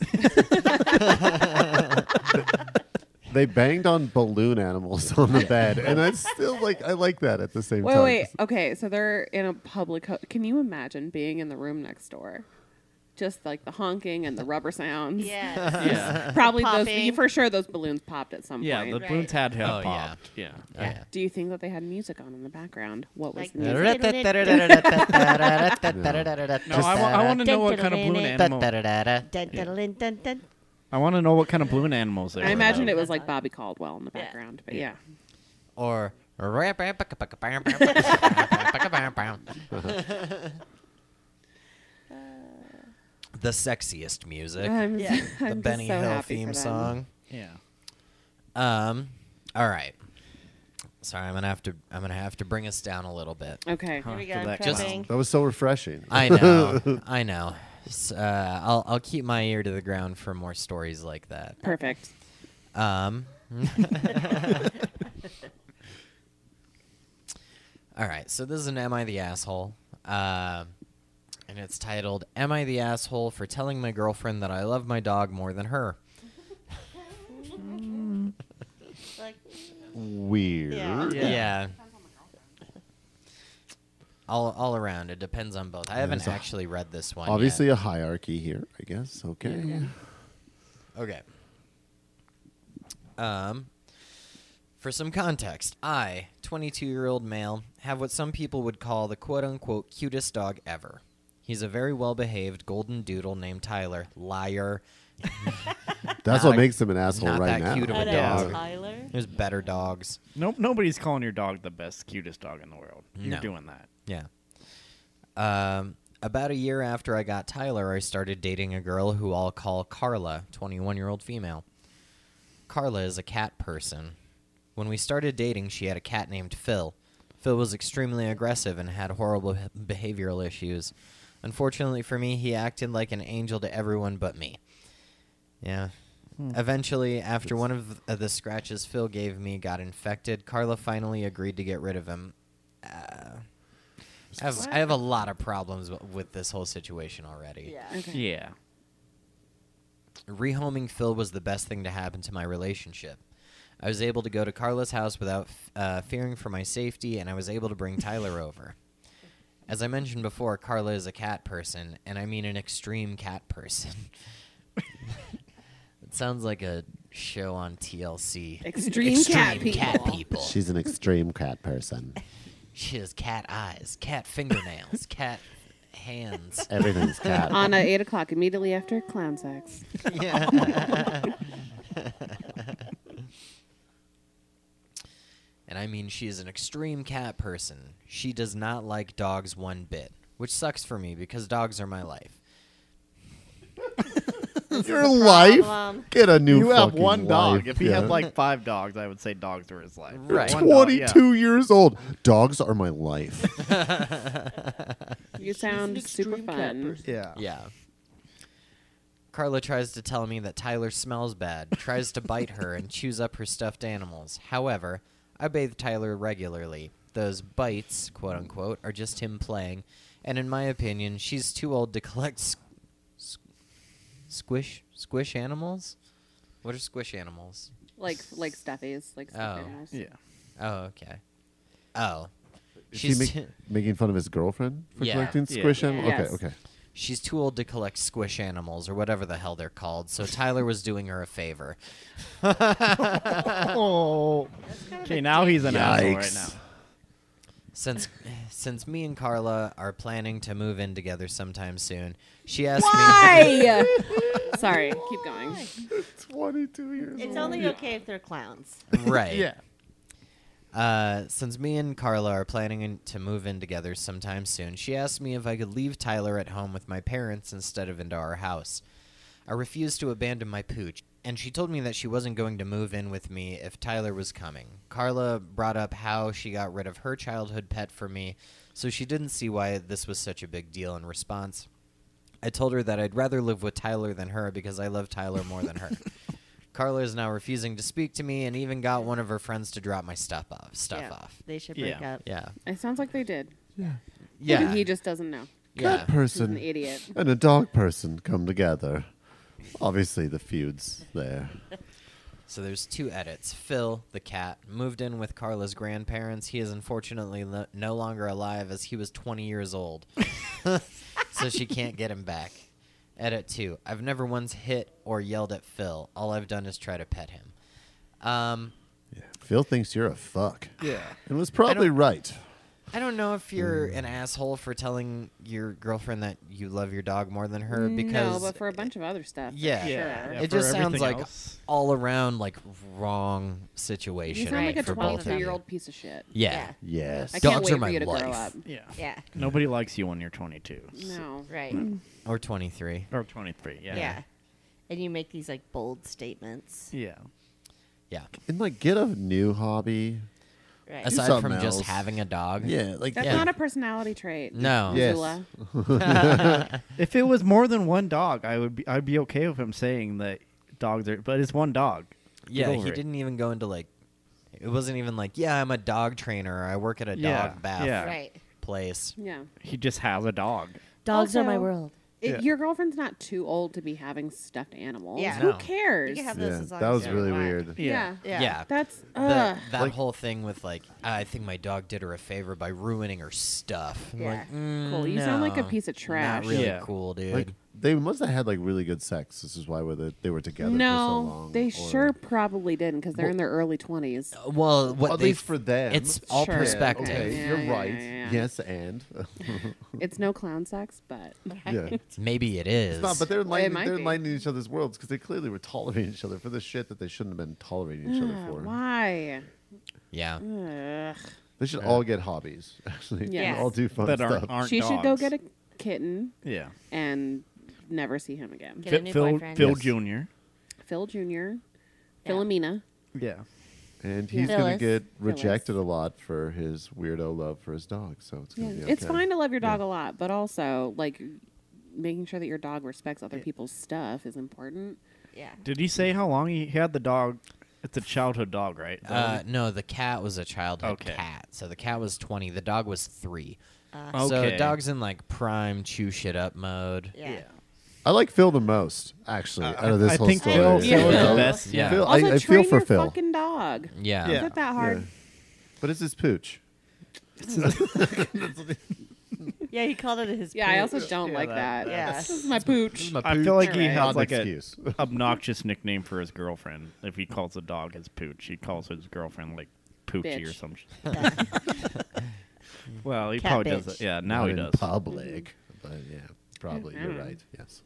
They banged on balloon animals [LAUGHS] on the bed, and I still like. I like that at the same
Wait,
time.
wait. Okay, so they're in a public. Ho- Can you imagine being in the room next door? Just like the honking and the rubber sounds.
Yes.
Yeah,
Probably those.
Popping.
You, for sure, those balloons popped at some
yeah.
point.
The
Right.
balloons had had
Oh, yeah.
popped. Yeah.
Oh, yeah.
Do you think that they had music on in the background? What was
Like
the
that.
music?
No, I, wa- I want to know what kind of balloon animal.
[LAUGHS] Dun, dun, dun, dun, dun.
I want to know what kind of balloon animals they were.
I imagine
though.
it was like Bobby Caldwell in the
Yeah.
background, but yeah.
Or the sexiest
[LAUGHS]
music,
I'm,
Yeah.
I'm
the
just
Benny
so
Hill
happy for
theme
them.
song.
Yeah.
Um, all right. Sorry, I'm gonna have to. I'm gonna have to bring us down a little bit.
Okay.
Here we
After
go. I'm
that
Just-
prepping.
that was so refreshing. [LAUGHS]
I know. I know. S- uh, I'll I'll keep my ear to the ground for more stories like that. [LAUGHS]
Perfect.
Um. [LAUGHS] All right, so this is an "Am I the asshole?" Uh, and it's titled "Am I the asshole for telling my girlfriend that I love my dog more than her?"
Like,
Weird.
Yeah.
Yeah.
All all around, it depends on both. I haven't
there's a-
actually read this one. yet.
Obviously, a hierarchy here. I guess. Okay.
Okay. Um, for some context, I, 22 year old male, have what some people would call the quote unquote cutest dog ever. He's a very well behaved golden doodle named Tyler. Liar.
That's
Not
what
a-
makes him an asshole
not
right
that
now.
cute of a
[LAUGHS] Hello,
dog.
Tyler.
There's better dogs.
Nope, nobody's calling your dog the best, cutest dog in the world. You're
No.
doing that.
Yeah. Um, about a year after I got Tyler, I started dating a girl who I'll call Carla, 21 year old female. Carla is a cat person. When we started dating, she had a cat named Phil. Phil was extremely aggressive and had horrible beh- behavioral issues. Unfortunately for me, he acted like an angel to everyone but me. Yeah. Eventually, after one of th- the scratches Phil gave me got infected, Carla finally agreed to get rid of him. Uh, I, have, I have a lot of problems w- with this whole situation already.
Yeah.
Okay.
Yeah.
Rehoming Phil was the best thing to happen to my relationship. I was able to go to Carla's house without f- uh, fearing for my safety, and I was able to bring Tyler over. As I mentioned before, Carla is a cat person, and I mean an extreme cat person. it sounds like a show on TLC.
Extreme, cat people.
She's an extreme cat person.
She has cat eyes, cat
[LAUGHS]
fingernails, cat hands.
Everything's
[LAUGHS]
cat.
On at eight o'clock, immediately after clown
[LAUGHS]
sex.
Yeah. and I mean, she is an extreme cat person. She does not like dogs one bit, which sucks for me because dogs are my life.
Your life.
problem.
Get a new.
You have
fucking
one dog.
life.
If he
Yeah.
had like five dogs, I would say dogs were his life.
Right.
One dog, yeah.
twenty-two years old, dogs are my life.
You sound super fun.
Yeah.
Yeah. Carla tries to tell me that Tyler smells bad, tries to bite her, and chews up her stuffed animals. However, I bathe Tyler regularly. Those bites, quote unquote, are just him playing, and in my opinion, she's too old to collect s- s- squish squish animals. What are squish animals?
Like like stuffies, like stuffed
Oh.
animals.
Yeah.
Oh, okay. Oh,
Is
she's
he make-
too-
making fun of his girlfriend for
Yeah.
collecting
Yeah.
squish
Yeah.
animals?
Yes.
Okay, okay.
she's too old to collect squish animals or whatever the hell they're called. So Tyler was doing her a favor.
Oh. Okay, now he's an asshole right
Yikes.
now.
Since [SIGHS] since me and Carla are planning to move in together sometime soon, she asked me.
Why? Sorry, keep going.
Twenty-two years.
It's only okay if they're clowns.
[LAUGHS] right.
Yeah.
Uh, since me and Carla are planning in- to move in together sometime soon, she asked me if I could leave Tyler at home with my parents instead of into our house. I refused to abandon my pooch, and she told me that she wasn't going to move in with me if Tyler was coming. Carla brought up how she got rid of her childhood pet for me, so she didn't see why this was such a big deal in response. I told her that I'd rather live with Tyler than her because I love Tyler more than
[LAUGHS]
her. Carla is now refusing to speak to me and even got one of her friends to drop my stuff off. Stuff
Yeah.
off.
They should break
Yeah.
up.
Yeah.
It sounds like they did.
Yeah.
And he just doesn't know.
yeah.
Cat
He's an
person
idiot.
and a dog person come together. Obviously, the feud's there.
So there's two edits. Phil, the cat, moved in with Carla's grandparents. He is unfortunately lo- no longer alive as he was 20
[LAUGHS]
years old. [LAUGHS] so she can't get him back. Edit 2. I've never once hit or yelled at Phil. All I've done is try to pet him. Um,
Phil thinks you're a fuck,
Yeah.
and was probably right.
I don't know if you're an asshole for telling your girlfriend that you love your dog more than her
no,
because
but for a bunch of other stuff.
yeah.
Sure.
yeah,
It
for
just sounds
everything
like
else.
all around like wrong
You
situation
sound like a
for both of you.
22 year old piece of shit.
Yeah.
Yes.
I
Dogs
can't wait
are my
for you to grow
life.
up.
Yeah.
Yeah.
Nobody likes you when you're 22
No.
Right.
Or 23.
or 23. Yeah.
Yeah. And you make these like bold statements.
Yeah.
Yeah.
And like, get a new hobby.
Right.
As-
Aside
something
from just
else.
having a dog.
Yeah, like
That's
Yeah.
not a personality trait.
No.
Yeah. Yes.
Zula.
If it was more than one dog, I would be I'd be okay with him saying that dogs are but it's one dog.
Yeah,
Get
he
over it.
didn't even go into like it wasn't even like, yeah, I'm a dog trainer. or I work at a
Yeah,
dog bath
yeah.
right.
place.
Yeah.
He just has a dog.
Dogs are my
Also-
world.
It,
Yeah.
Your girlfriend's not too old to be having stuffed animals.
Yeah.
Who
No.
cares?
You can have those
yeah,
as long
that
as
was
you
really
want.
weird.
yeah.
Yeah.
Yeah.
That's
The-
ugh.
that whole thing with like, I think my dog did her a favor by ruining her stuff. I'm
Yeah.
Like, mm,
Cool. You sound like a
no,
piece of trash.
Not really
Yeah.
cool, dude.
Like, they must have had like really good sex. This is why were they, they were together for so
no,
long.
they
or-
sure probably didn't because they're in
Well-
their early twenties.
Uh, Well, what
at
they
least for them.
it's all
Sure.
perspective.
Okay,
Yeah,
you're
yeah,
right.
yeah, yeah. [LAUGHS]
Yes, and
It's no clown sex, but
yeah.
Maybe it is.
It's not, but they're enlightening,
might
they're
be.
enlightening each other's worlds because they clearly were tolerating each other for the shit that they shouldn't have been tolerating each other
Ugh,
for.
why?
yeah.
Ugh.
They should all get hobbies, [LAUGHS] actually.
Yes.
And all do fun
that
stuff.
aren't, aren't
She should go
dogs.
get a kitten
yeah.
and never see him again.
Get a new
Phil,
boyfriend.
Phil
Yes.
Jr.
Phil Jr., Philomena.
Yeah.
And he's
Yeah.
going to get
Phyllis.
rejected a lot for his weirdo love for his dog. So it's
Yeah.
going to be okay.
It's fine to love your dog a lot, but also like making sure that your dog respects other people's stuff is important.
Yeah.
Did he say how long he had the dog? It's a childhood dog, right? Is
Uh,
that
no, the cat was a childhood
Okay.
cat. So the cat was 20. The dog was three.
what-
So dog's in like prime chew shit up mode.
Yeah.
I like Phil the most, actually, out of this
Uh, I
whole
think
story.
Phil,
Yeah.
Phil is
Yeah.
the best.
Yeah.
Phil- I,
Also,
I
train
feel for
your
Phil.
fucking dog.
Yeah.
Is
Yeah.
it that
Yeah.
hard?
But it's his pooch.
Yeah, he called it his.
Yeah, I also don't
Yeah,
like
that-
that.
Yeah.
This
[LAUGHS]
is my pooch.
I feel like he
Alright.
has
Not
like
an
an
excuse.
[LAUGHS] obnoxious nickname for his girlfriend. If he calls a dog his pooch, he calls his girlfriend like poochie or
Bitch.
something.
Yeah.
Well, he
Cat
probably does
bitch.
it. Yeah, now
Not
he
[LAUGHS] in
does.
public. But yeah, probably. You're right. Yes.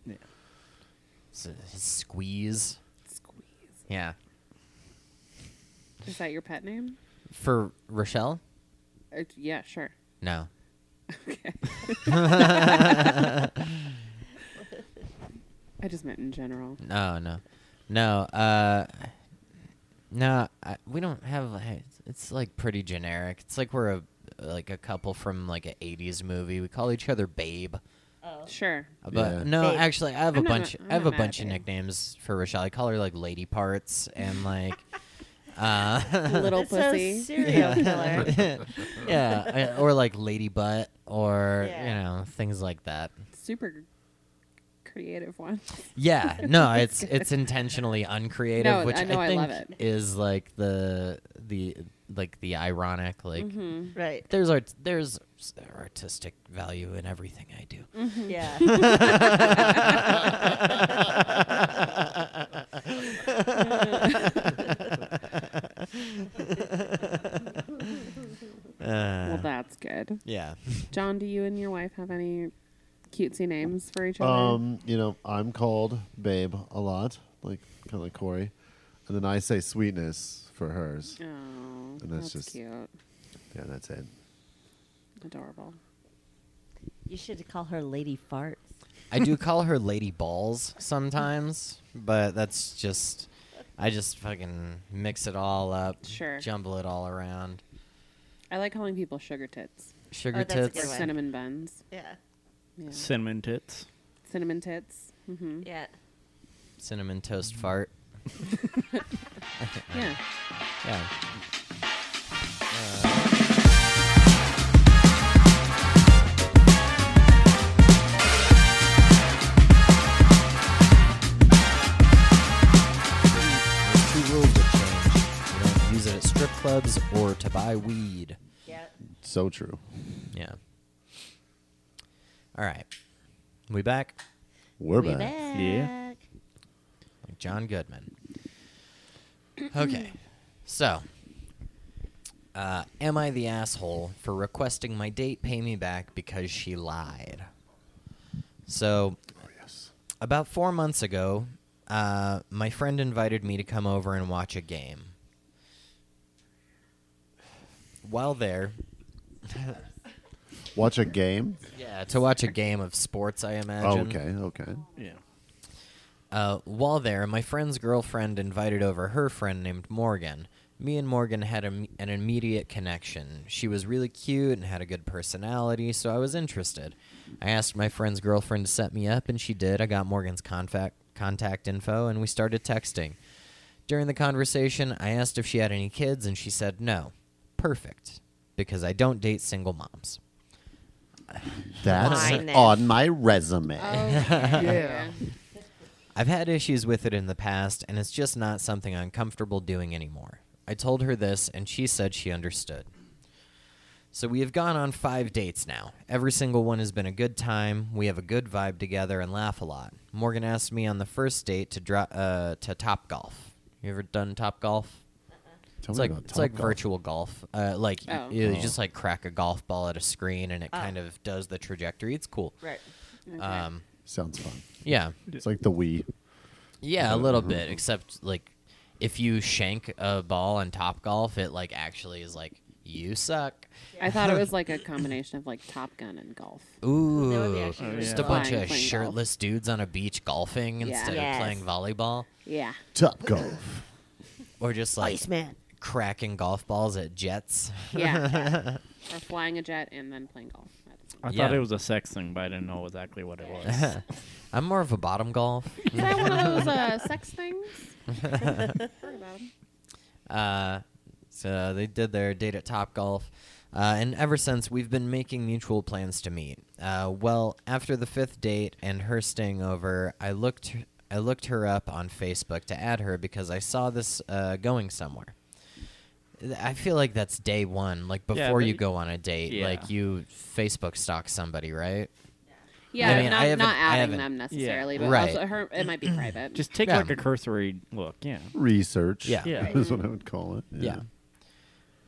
S- his squeeze.
Squeeze.
Yeah.
Is that your pet name?
For Rochelle?
Uh, yeah, sure.
No.
Okay. I just meant in general.
No, no. No. Uh, no, I, we don't have. I- It's like pretty generic. It's like we're a like a couple from like a 80s movie. We call each other babe. Uh,
Oh.
Sure.
But
Yeah.
no,
Babe.
actually, I have
I'm not
a bunch.
ma-
I have
I'm
a
not mad
bunch
at
of
you.
nicknames for Rochelle. I call her like Lady Parts and
[LAUGHS]
like, uh,
[LAUGHS] Little
[LAUGHS] That's so
pussy.
[LAUGHS]
serial killer.
yeah, I- or like Lady Butt, or
Yeah.
you know things like that.
Super creative
[LAUGHS]
one. [LAUGHS]
Yeah, no, it's it's intentionally uncreative,
No,
which
I
I,
know, I
think
love it.
is like the the like the ironic like.
Mm-hmm.
Right.
There's art. There's s- artistic value in everything
[LAUGHS]
I do. [LAUGHS]
Yeah.
well, that's good.
Uh, Yeah.
John, do you and your wife have any cutesy names for each other?
Um, you know, I'm called babe a lot, like kind of like Corey, and then I say sweetness for hers.
oh,
and
that's,
that's just-
cute.
Yeah, that's it.
Adorable.
You should call her Lady Farts.
I do call her Lady Balls sometimes, but that's just I just fucking mix it all up,
Sure.
jumble it all around.
I like calling people sugar tits
Sugar
Oh, that's a good
or
one.
tits.
cinnamon buns.
Yeah.
Yeah.
Cinnamon tits.
Cinnamon tits. hmm
Yeah.
Cinnamon toast fart.
Yeah.
Yeah. Uh, there's two rules that change. You don't use it at strip clubs or to buy weed.
Yeah.
So true.
Yeah. All right. We back.
We're
We
back.
back.
Yeah.
Like John Goodman. Okay. So, uh, am I the asshole for requesting my date pay me back because she lied? So,
Oh, yes.
about four months ago, uh, my friend invited me to come over and watch a game. While there,
Watch a game.
yeah, to watch a game of sports, I
Oh,
imagine.
okay, okay.
Yeah.
Uh, while there, my friend's girlfriend invited over her friend named Morgan. Me and Morgan had a, an immediate connection. She was really cute and had a good personality, so I was interested. I asked my friend's girlfriend to set me up, and she did. I got Morgan's contact contact info, and we started texting. During the conversation, I asked if she had any kids, and she said no. Perfect, because I don't date single moms.
That's
Fine.
on my resume.
Oh.
Oh,
[LAUGHS] yeah.
I've had issues with it in the past, and it's just not something I'm comfortable doing anymore. I told her this, and she said she understood. So we have gone on five dates now. Every single one has been a good time. We have a good vibe together and laugh a lot. Morgan asked me on the first date to dro- uh, to top golf. You ever done top golf?
Tell
it's
me
like
about
it's like
Topgolf.
virtual golf. Uh, like y-
Oh.
you, just like crack a golf ball at a screen and it kind of does the trajectory. It's cool.
Right.
Um,
Sounds fun.
yeah,
It's like the Wii.
yeah, a little bit. Except like if you shank a ball on top golf, it like actually is like you suck.
I thought it was like a combination of like Top Gun and golf.
Ooh,
that would be actually really
just a
fun.
bunch
Playing-
of
playing golf.
shirtless dudes on a beach golfing instead
Yes.
of playing volleyball,
Yeah.
Top golf.
[LAUGHS]
or just
Oh,
like
Iceman.
cracking golf balls at jets. [LAUGHS]
Yeah. or flying a jet and then playing golf. at the same
I
time.
Yeah.
thought it was a sex thing, but I didn't know exactly what it was.
[LAUGHS] I'm more of a bottom golf.
Is that one of those uh, sex things? Heard about 'em.
Uh, so they did their date at Top Golf. Uh, and ever since, we've been making mutual plans to meet. Uh, well, after the fifth date and her staying over, I looked I looked her up on Facebook to add her because I saw this uh, going somewhere. Th- I feel like that's day one, like
Yeah,
before
but
you
y-
go on a date,
yeah.
like you Facebook stalk somebody, right?
Yeah,
I mean, I
not,
haven't-
not
I
outing
haven't-
them necessarily, but
Right.
also her, it might be private.
Just take
Yeah.
like a cursory look. Yeah.
Research.
Yeah.
[LAUGHS]
Yeah.
That's what I would call it.
Yeah.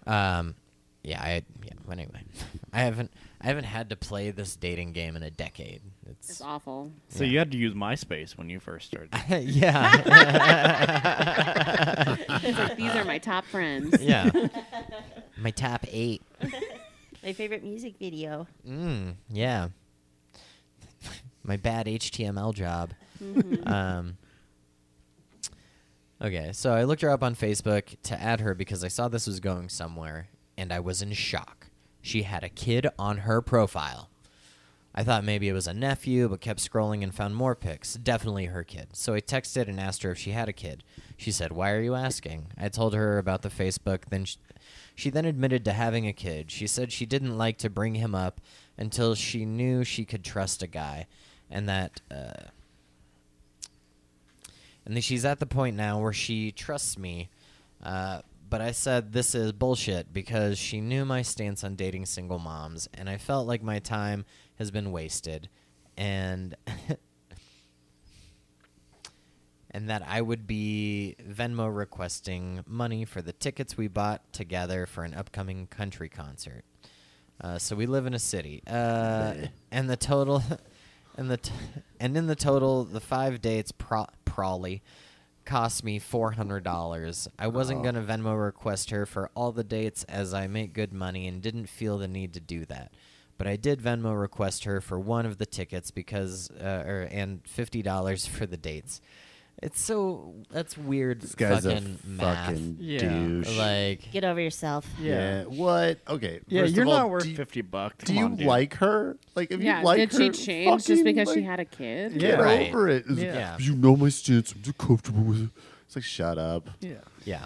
Um, yeah, I yeah. But anyway, [LAUGHS] I haven't I haven't had to play this dating game in a decade.
it's awful.
So you had to use MySpace when you first started.
[LAUGHS] yeah,
It's like these are my top friends.
yeah. My top eight.
My favorite music video.
Mm, yeah. [LAUGHS] My bad HTML job. Um, okay, so I looked her up on Facebook to add her because I saw this was going somewhere, and I was in shock. She had a kid on her profile. I thought maybe it was a nephew, but kept scrolling and found more pics. Definitely her kid. So I texted and asked her if she had a kid. She said, Why are you asking? I told her about the Facebook. Then she, she then admitted to having a kid. She said she didn't like to bring him up until she knew she could trust a guy, and that. Uh, and then she's at the point now where she trusts me. Uh, but I said this is bullshit because she knew my stance on dating single moms, and I felt like my time has been wasted, and [LAUGHS] and that I would be Venmo requesting money for the tickets we bought together for an upcoming country concert. Uh, so we live in a city, uh, and the total, [LAUGHS] and the, t- and in the total, the five dates pro- probably cost me four hundred dollars. I
Oh.
wasn't gonna Venmo request her for all the dates as I make good money and didn't feel the need to do that. But I did Venmo request her for one of the tickets because, uh, or and fifty dollars [LAUGHS] for the dates. It's so that's weird.
This guy's
fucking
a
math.
fucking
Yeah.
douche.
like
Get over yourself.
yeah. What? Okay.
Yeah,
first of
you're
all,
not worth
do you-
fifty bucks.
Do
Come
you
on, dude.
like her? Like, if
Yeah.
you like
Did
her,
she change just
fucking,
because she
like,
had a kid?
Get
Yeah. Right.
over it. It's-
Yeah.
You know my stance. I'm too comfortable with it. It's like, shut up.
Yeah.
yeah.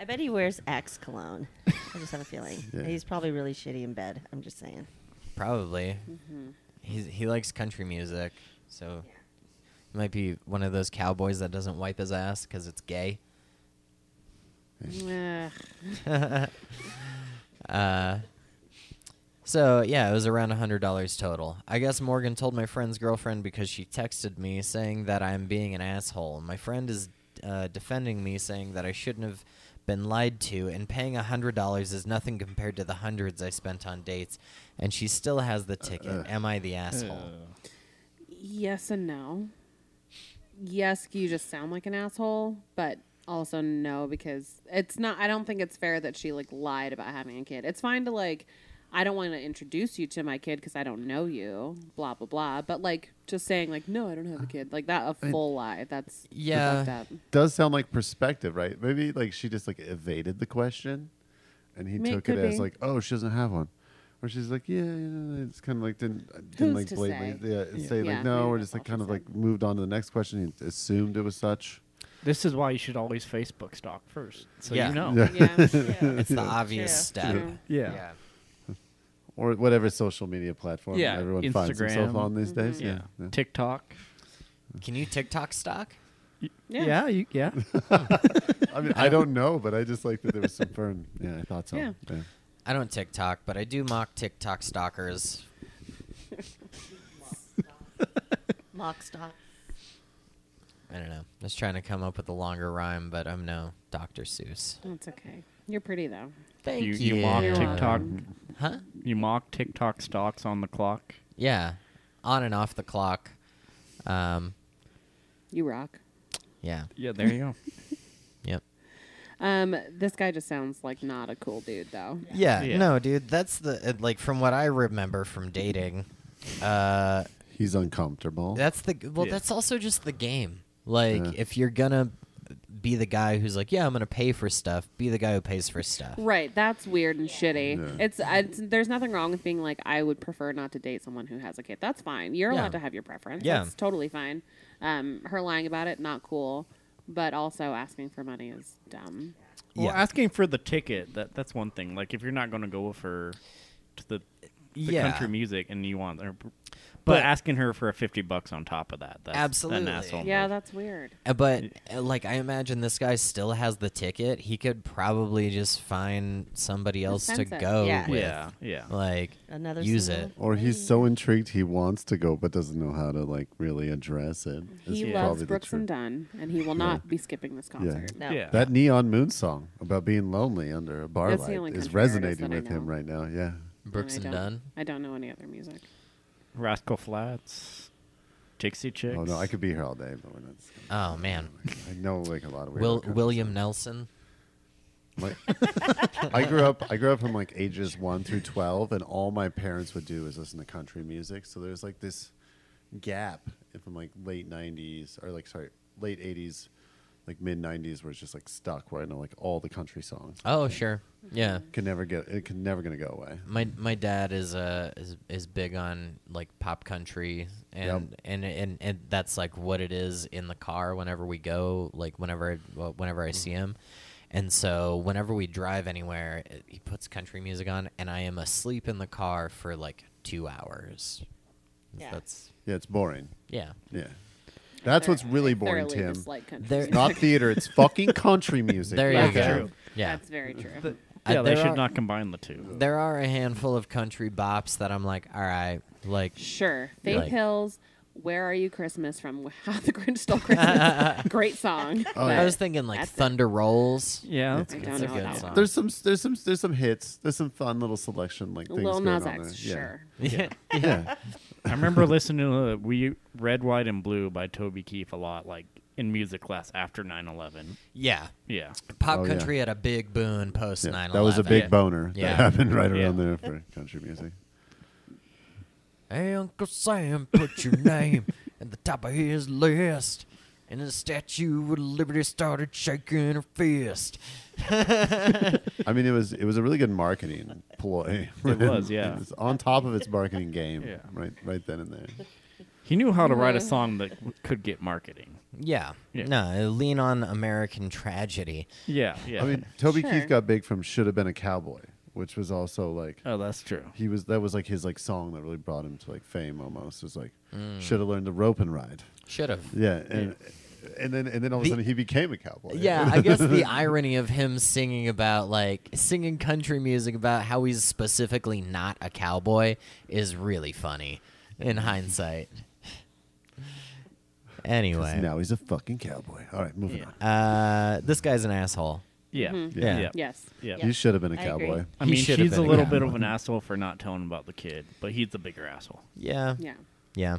I bet he wears Axe cologne. I just have a feeling.
Yeah.
He's probably really shitty in bed. I'm just saying.
Probably. He's, he likes country music, so he might be one of those cowboys that doesn't wipe his ass because it's gay. [LAUGHS]
Ugh.
Uh, so yeah, it was around a hundred dollars total. I guess Morgan told my friend's girlfriend because she texted me saying that I'm being an asshole. My friend is uh, defending me, saying that I shouldn't have been lied to, and paying a hundred dollars is nothing compared to the hundreds I spent on dates. And she still has the ticket. Am I the asshole?
Yes and no. Yes, you just sound like an asshole, but also no because it's not I don't think it's fair that she like lied about having a kid. It's fine to like I don't want to introduce you to my kid because I don't know you, blah blah blah. But like just saying like no, I don't have a kid, like that a full lie. That's
Yeah.
fucked up.
[LAUGHS] Does sound like perspective, right? Maybe like she just like evaded the question, and he
May-
took it
could
as
be.
like, oh, she doesn't have one, or she's like, yeah, you know, it's kind of like didn't didn't
Who's
like
to
blatantly yeah, say like
Yeah,
no,
maybe
or
that's
just like
all she
kind of
said.
like moved on to the next question. He assumed it was such.
This is why you should always Facebook stalk first, so
Yeah.
you know.
Yeah.
Yeah.
It's the obvious
True.
step.
True.
Yeah.
or whatever social media platform
Yeah,
everyone finds himself
Instagram.
on these days.
Mm-hmm.
Yeah.
Yeah. yeah.
TikTok.
Can you TikTok stock?
Yeah.
You, yeah.
I mean, I don't know, but I just like that there was some firm. [LAUGHS] Yeah, I thought so.
Yeah.
Yeah.
I don't TikTok, but I do mock TikTok stalkers.
Mock stock.
I don't know. I was trying to come up with a longer rhyme, but I'm no Dr. Seuss.
That's okay. You're pretty though.
Thank
you,
you.
you mock TikTok.
Huh?
You mock TikTok stocks on the clock.
Yeah. On and off the clock. Um,
You rock.
yeah.
Yeah, there you go.
Yep.
Um, this guy just sounds like not a cool dude though.
Yeah,
Yeah.
no, dude, that's the uh, like from what I remember from dating. Uh,
He's uncomfortable.
that's the well,
Yeah.
that's also just the game. Like,
Yeah.
if you're gonna be the guy who's like, yeah, I'm gonna pay for stuff, be the guy who pays for stuff.
Right, that's weird and shitty.
Yeah.
It's, uh, it's there's nothing wrong with being like I would prefer not to date someone who has a kid. That's fine. You're
Yeah.
allowed to have your preference.
Yeah.
that's totally fine. Um, her lying about it not cool, but also asking for money is dumb.
[LAUGHS] Well,
Yeah.
asking for the ticket that that's one thing. Like if you're not going to go with her to the, the
Yeah.
country music and you want her, but,
But-
asking her for a fifty bucks on top of that, that's
Absolutely.
an asshole.
Yeah,
move.
that's weird.
Uh, But uh, like, I imagine this guy still has the ticket. He could probably just find somebody else to
Consensus,
go
yeah.
with.
yeah, yeah.
Like,
Another
use
single.
it.
or he's
Mm.
so intrigued he wants to go but doesn't know how to like really address it. is
He
Yeah.
probably
loves
the
Brooks
truth.
and Dunn, and he will not be skipping this concert.
No.
Yeah.
That neon moon song about being lonely under a bar
That's the only
light is
country artist
resonating
that I
with him
know.
right now. Yeah.
Brooks
I
and
don't-
Dunn.
I don't know any other music.
Rascal Flats, Dixie Chicks.
Oh no, I could be here all day, but we're not.
Oh man,
[LAUGHS]
I know like a lot of weird.
Will
country
William Nelson.
My- [LAUGHS] I grew up. I grew up from like ages one through twelve, and all my parents would do is listen to country music. So there's like this gap from like late '90s or like sorry, late '80s, like mid '90s, where it's just like stuck where I know like all the country songs.
Oh sure, yeah.
Can never get. It can never gonna go away.
My my dad is uh is is big on like pop country and
Yep.
and, and and that's like what it is in the car whenever we go like whenever I, well, whenever I see
Mm-hmm.
him, and so whenever we drive anywhere it, he puts country music on and I am asleep in the car for like two hours.
Yeah.
That's
Yeah, it's boring.
yeah.
Yeah, that's what's
Thor-
really
I
boring,
thoroughly
Tim.
dislike country
There-
music.
Not theater. It's fucking country music.
There you
That's
go.
true.
[LAUGHS] Yeah.
That's very true.
I-
yeah, they
there
should
are-
not combine the two.
There are a handful of country bops that I'm like, all right, like
Sure. Faith
Like-
Hills, Where Are You Christmas from [LAUGHS] How the Grinch Stole Christmas. Great song.
I
but
was thinking like
That's it.
Thunder Rolls.
Yeah, that's
I
good.
don't
That's a
know
good
that
song.
one.
um, There's some. There's some. There's some hits. There's some fun little selection like things
Lil
going
Nas
on there.
X, sure.
Yeah.
Yeah. yeah.
I remember listening to uh, "We Red, White, and Blue" by Toby Keith a lot, like in music class after 9/11.
[LAUGHS] yeah.
Yeah,
Pop
Oh, yeah.
country had a big boon post
Yeah,
9
that was a big
Yeah.
boner
Yeah.
that happened right
Yeah.
around there for country music.
Hey, Uncle Sam, put your name [LAUGHS] at the top of his list. And the Statue of Liberty started shaking her fist.
I mean, it was it was a really good marketing ploy. [LAUGHS]
It was, yeah.
It's on top of its marketing game,
Yeah.
right, right then and there.
he knew how to write a song that w- could get marketing.
Yeah.
Yeah.
No, lean on American tragedy.
Yeah, yeah.
I mean, Toby
Sure.
Keith got big from "Should Have Been a Cowboy," which was also like
oh, that's true.
he was that was like his like song that really brought him to like fame almost. It was like should have learned to rope and ride.
Should have.
Yeah, and and then and then all of a
The-
sudden he became a cowboy. [LAUGHS]
Yeah, I guess the [LAUGHS] irony of him singing about, like, singing country music about how he's specifically not a cowboy is really funny in hindsight. Anyway.
now he's a fucking cowboy. All right, moving
Yeah.
on.
Uh, this guy's an asshole.
Yeah,
Yeah.
yeah,
Yes.
yeah.
Yeah.
You should have been a
I agree.
cowboy.
I
He
mean,
should have
she's a
been a
little
guy.
bit of an asshole for not telling about the kid, but he's the bigger asshole.
Yeah.
Yeah.
Yeah.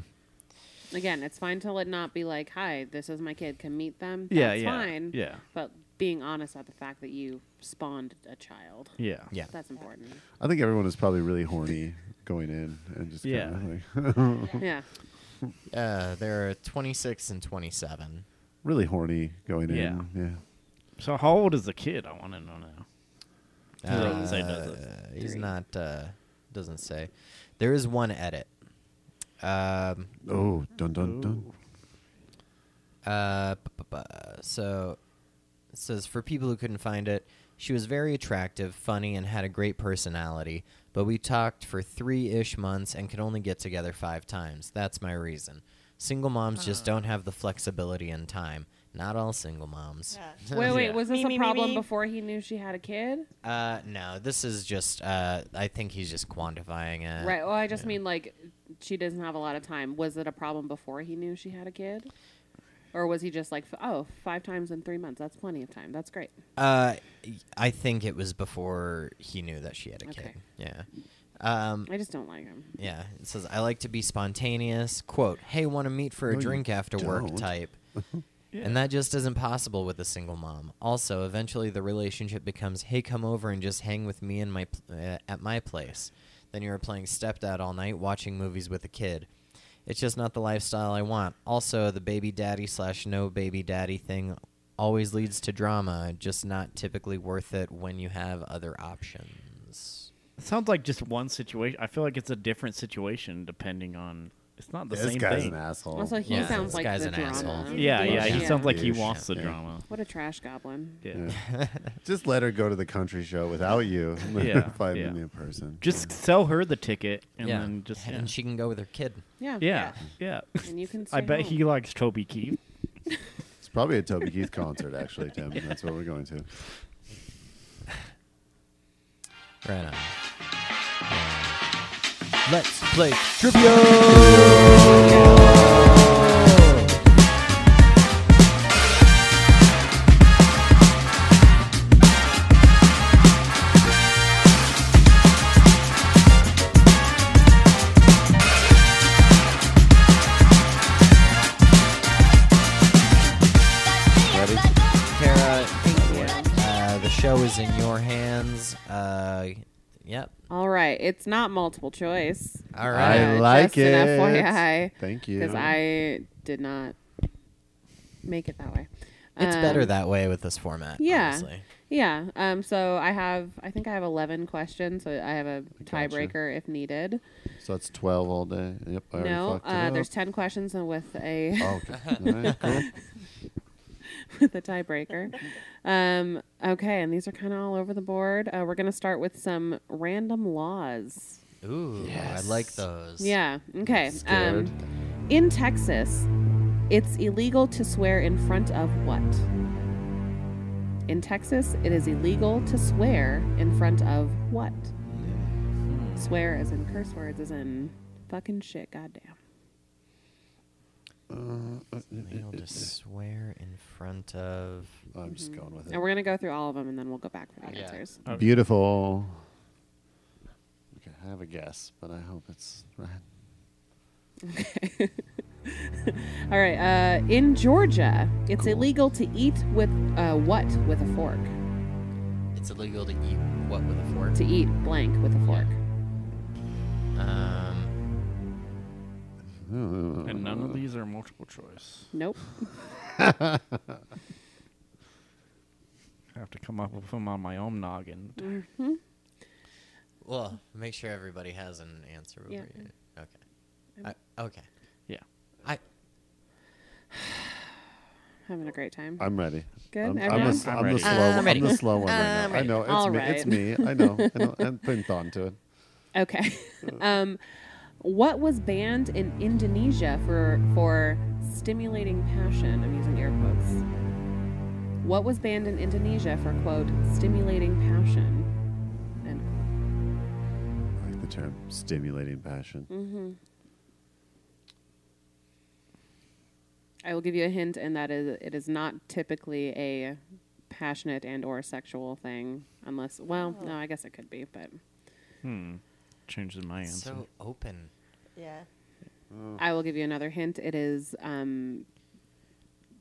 Again, it's fine to let not be like, hi, this is my kid, come meet them.
Yeah,
That's
yeah,
fine.
yeah.
But being honest about the fact that you spawned a child,
Yeah,
Yeah.
that's important.
I think everyone is probably really horny going in and just
Yeah.
kinda like, [LAUGHS]
yeah.
Uh, there are 26 and 27.
really horny going in.
Yeah.
Yeah.
So how old is the kid? I want to know now. Does it
Uh,
say, does it?
he's
Three.
not. Uh, doesn't say. There is one edit. Um.
Oh, dun dun dun.
Uh. bu- bu- bu- So, it says for people who couldn't find it, she was very attractive, funny, and had a great personality. But we talked for three-ish months and could only get together five times. That's my reason. Single moms just don't have the flexibility and time. Not all single moms. [LAUGHS]
Wait, wait, was this
Me, me,
a
me,
problem
me.
before he knew she had a kid?
Uh, no, this is just. Uh, I think he's just quantifying it.
Right. Well, I just mean like she doesn't have a lot of time. Was it a problem before he knew she had a kid? Or was he just like, f- oh, five times in three months? That's plenty of time. That's great.
Uh, I think it was before he knew that she had a
Okay.
kid. Yeah. Um,
I just don't like him.
yeah. It says I like to be spontaneous. Quote. Hey, want to meet for a
No, you
drink after work?
don't. [LAUGHS]
Type. And that just isn't possible with a single mom. Also, eventually the relationship becomes, "Hey, come over and just hang with me and my pl- uh, at my place." Then you are playing stepdad all night, watching movies with a kid. It's just not the lifestyle I want. Also, the baby daddy slash no baby daddy thing always leads to drama. Just not typically worth it when you have other options.
It sounds like just one situation. I feel like it's a different situation depending on. It's not the
this
same
guy's
thing.
an asshole.
Also, he
Yeah,
sounds
this
like
guy's
the
an
drama.
asshole.
Yeah, yeah. He
Yeah.
sounds like he
Douche.
wants the
Yeah.
drama.
What a trash goblin.
Yeah. [LAUGHS]
Just let her go to the country show without you.
Yeah,
Five
yeah.
million person.
Just sell her the ticket and
yeah,
then just yeah.
and she can go with her kid.
Yeah.
yeah, yeah.
[LAUGHS]
And you can.
[LAUGHS] I
stay
bet
home.
he likes Toby Keith.
It's probably a Toby Keith concert, actually,
[LAUGHS]
Tim. That's what we're going to.
Right on. Let's play trivia.
Ready?
Tara, uh, the show is in your hands. Uh, yep.
All right. It's not multiple choice.
All right.
I
Uh,
like
just an
it.
FYI.
Thank you.
Because I did not make it that way.
it's better
Um,
that way with this format.
yeah.
honestly.
Yeah. Um. So I have. I think I have eleven questions. So I have a
Gotcha.
tiebreaker if needed.
So that's 12 all day. Yep. I already
no.
fucked it
Uh,
up.
there's Um, ten questions and with a
Oh, okay. All right, cool.
[LAUGHS] with a tiebreaker. um. Okay. And these are kind of all over the board. Uh, we're gonna start with some random laws.
Ooh, I like those.
Yeah. Okay.
Scared.
Um. In Texas, it's illegal to swear in front of what? In Texas, it is illegal to swear in front of what? Swear as in curse words, as in fucking shit, goddamn.
You'll just swear in front of.
I'm just going with
And
it.
we're gonna go through all of them, and then we'll go back for the
Yeah.
answers.
Beautiful. Okay, I have a guess, but I hope it's right.
All right. Uh, in Georgia, it's illegal to eat with uh, what with a fork?
It's illegal to eat what with a fork.
To eat blank with a fork.
Um,
Uh,
And none of these are multiple choice.
Nope.
I have to come up with them on my own noggin.
Mm. well, make sure everybody has an answer. Over
Yeah.
you. Okay. I, okay.
Yeah.
I.
Having a great time.
I'm ready.
Good,
I'm, I'm,
everyone?
the,
I'm
I'm
ready.
the slow.
I'm
I'm,
ready.
the slow one right
I'm
now. I
ready.
know it's
All
me. It's me. I
[LAUGHS]
know. I know. I'm putting thought into it.
Okay. [LAUGHS] um, what was banned in Indonesia for for stimulating passion? I'm using air quotes. What was banned in Indonesia for quote stimulating passion? And
I like the term stimulating passion.
Mm.
I will give you a hint, and that is it is not typically a passionate and or sexual thing, unless well, no, I guess it could be, but
Hmm. Changes my answer.
So open.
Yeah.
I will give you another hint. It is um,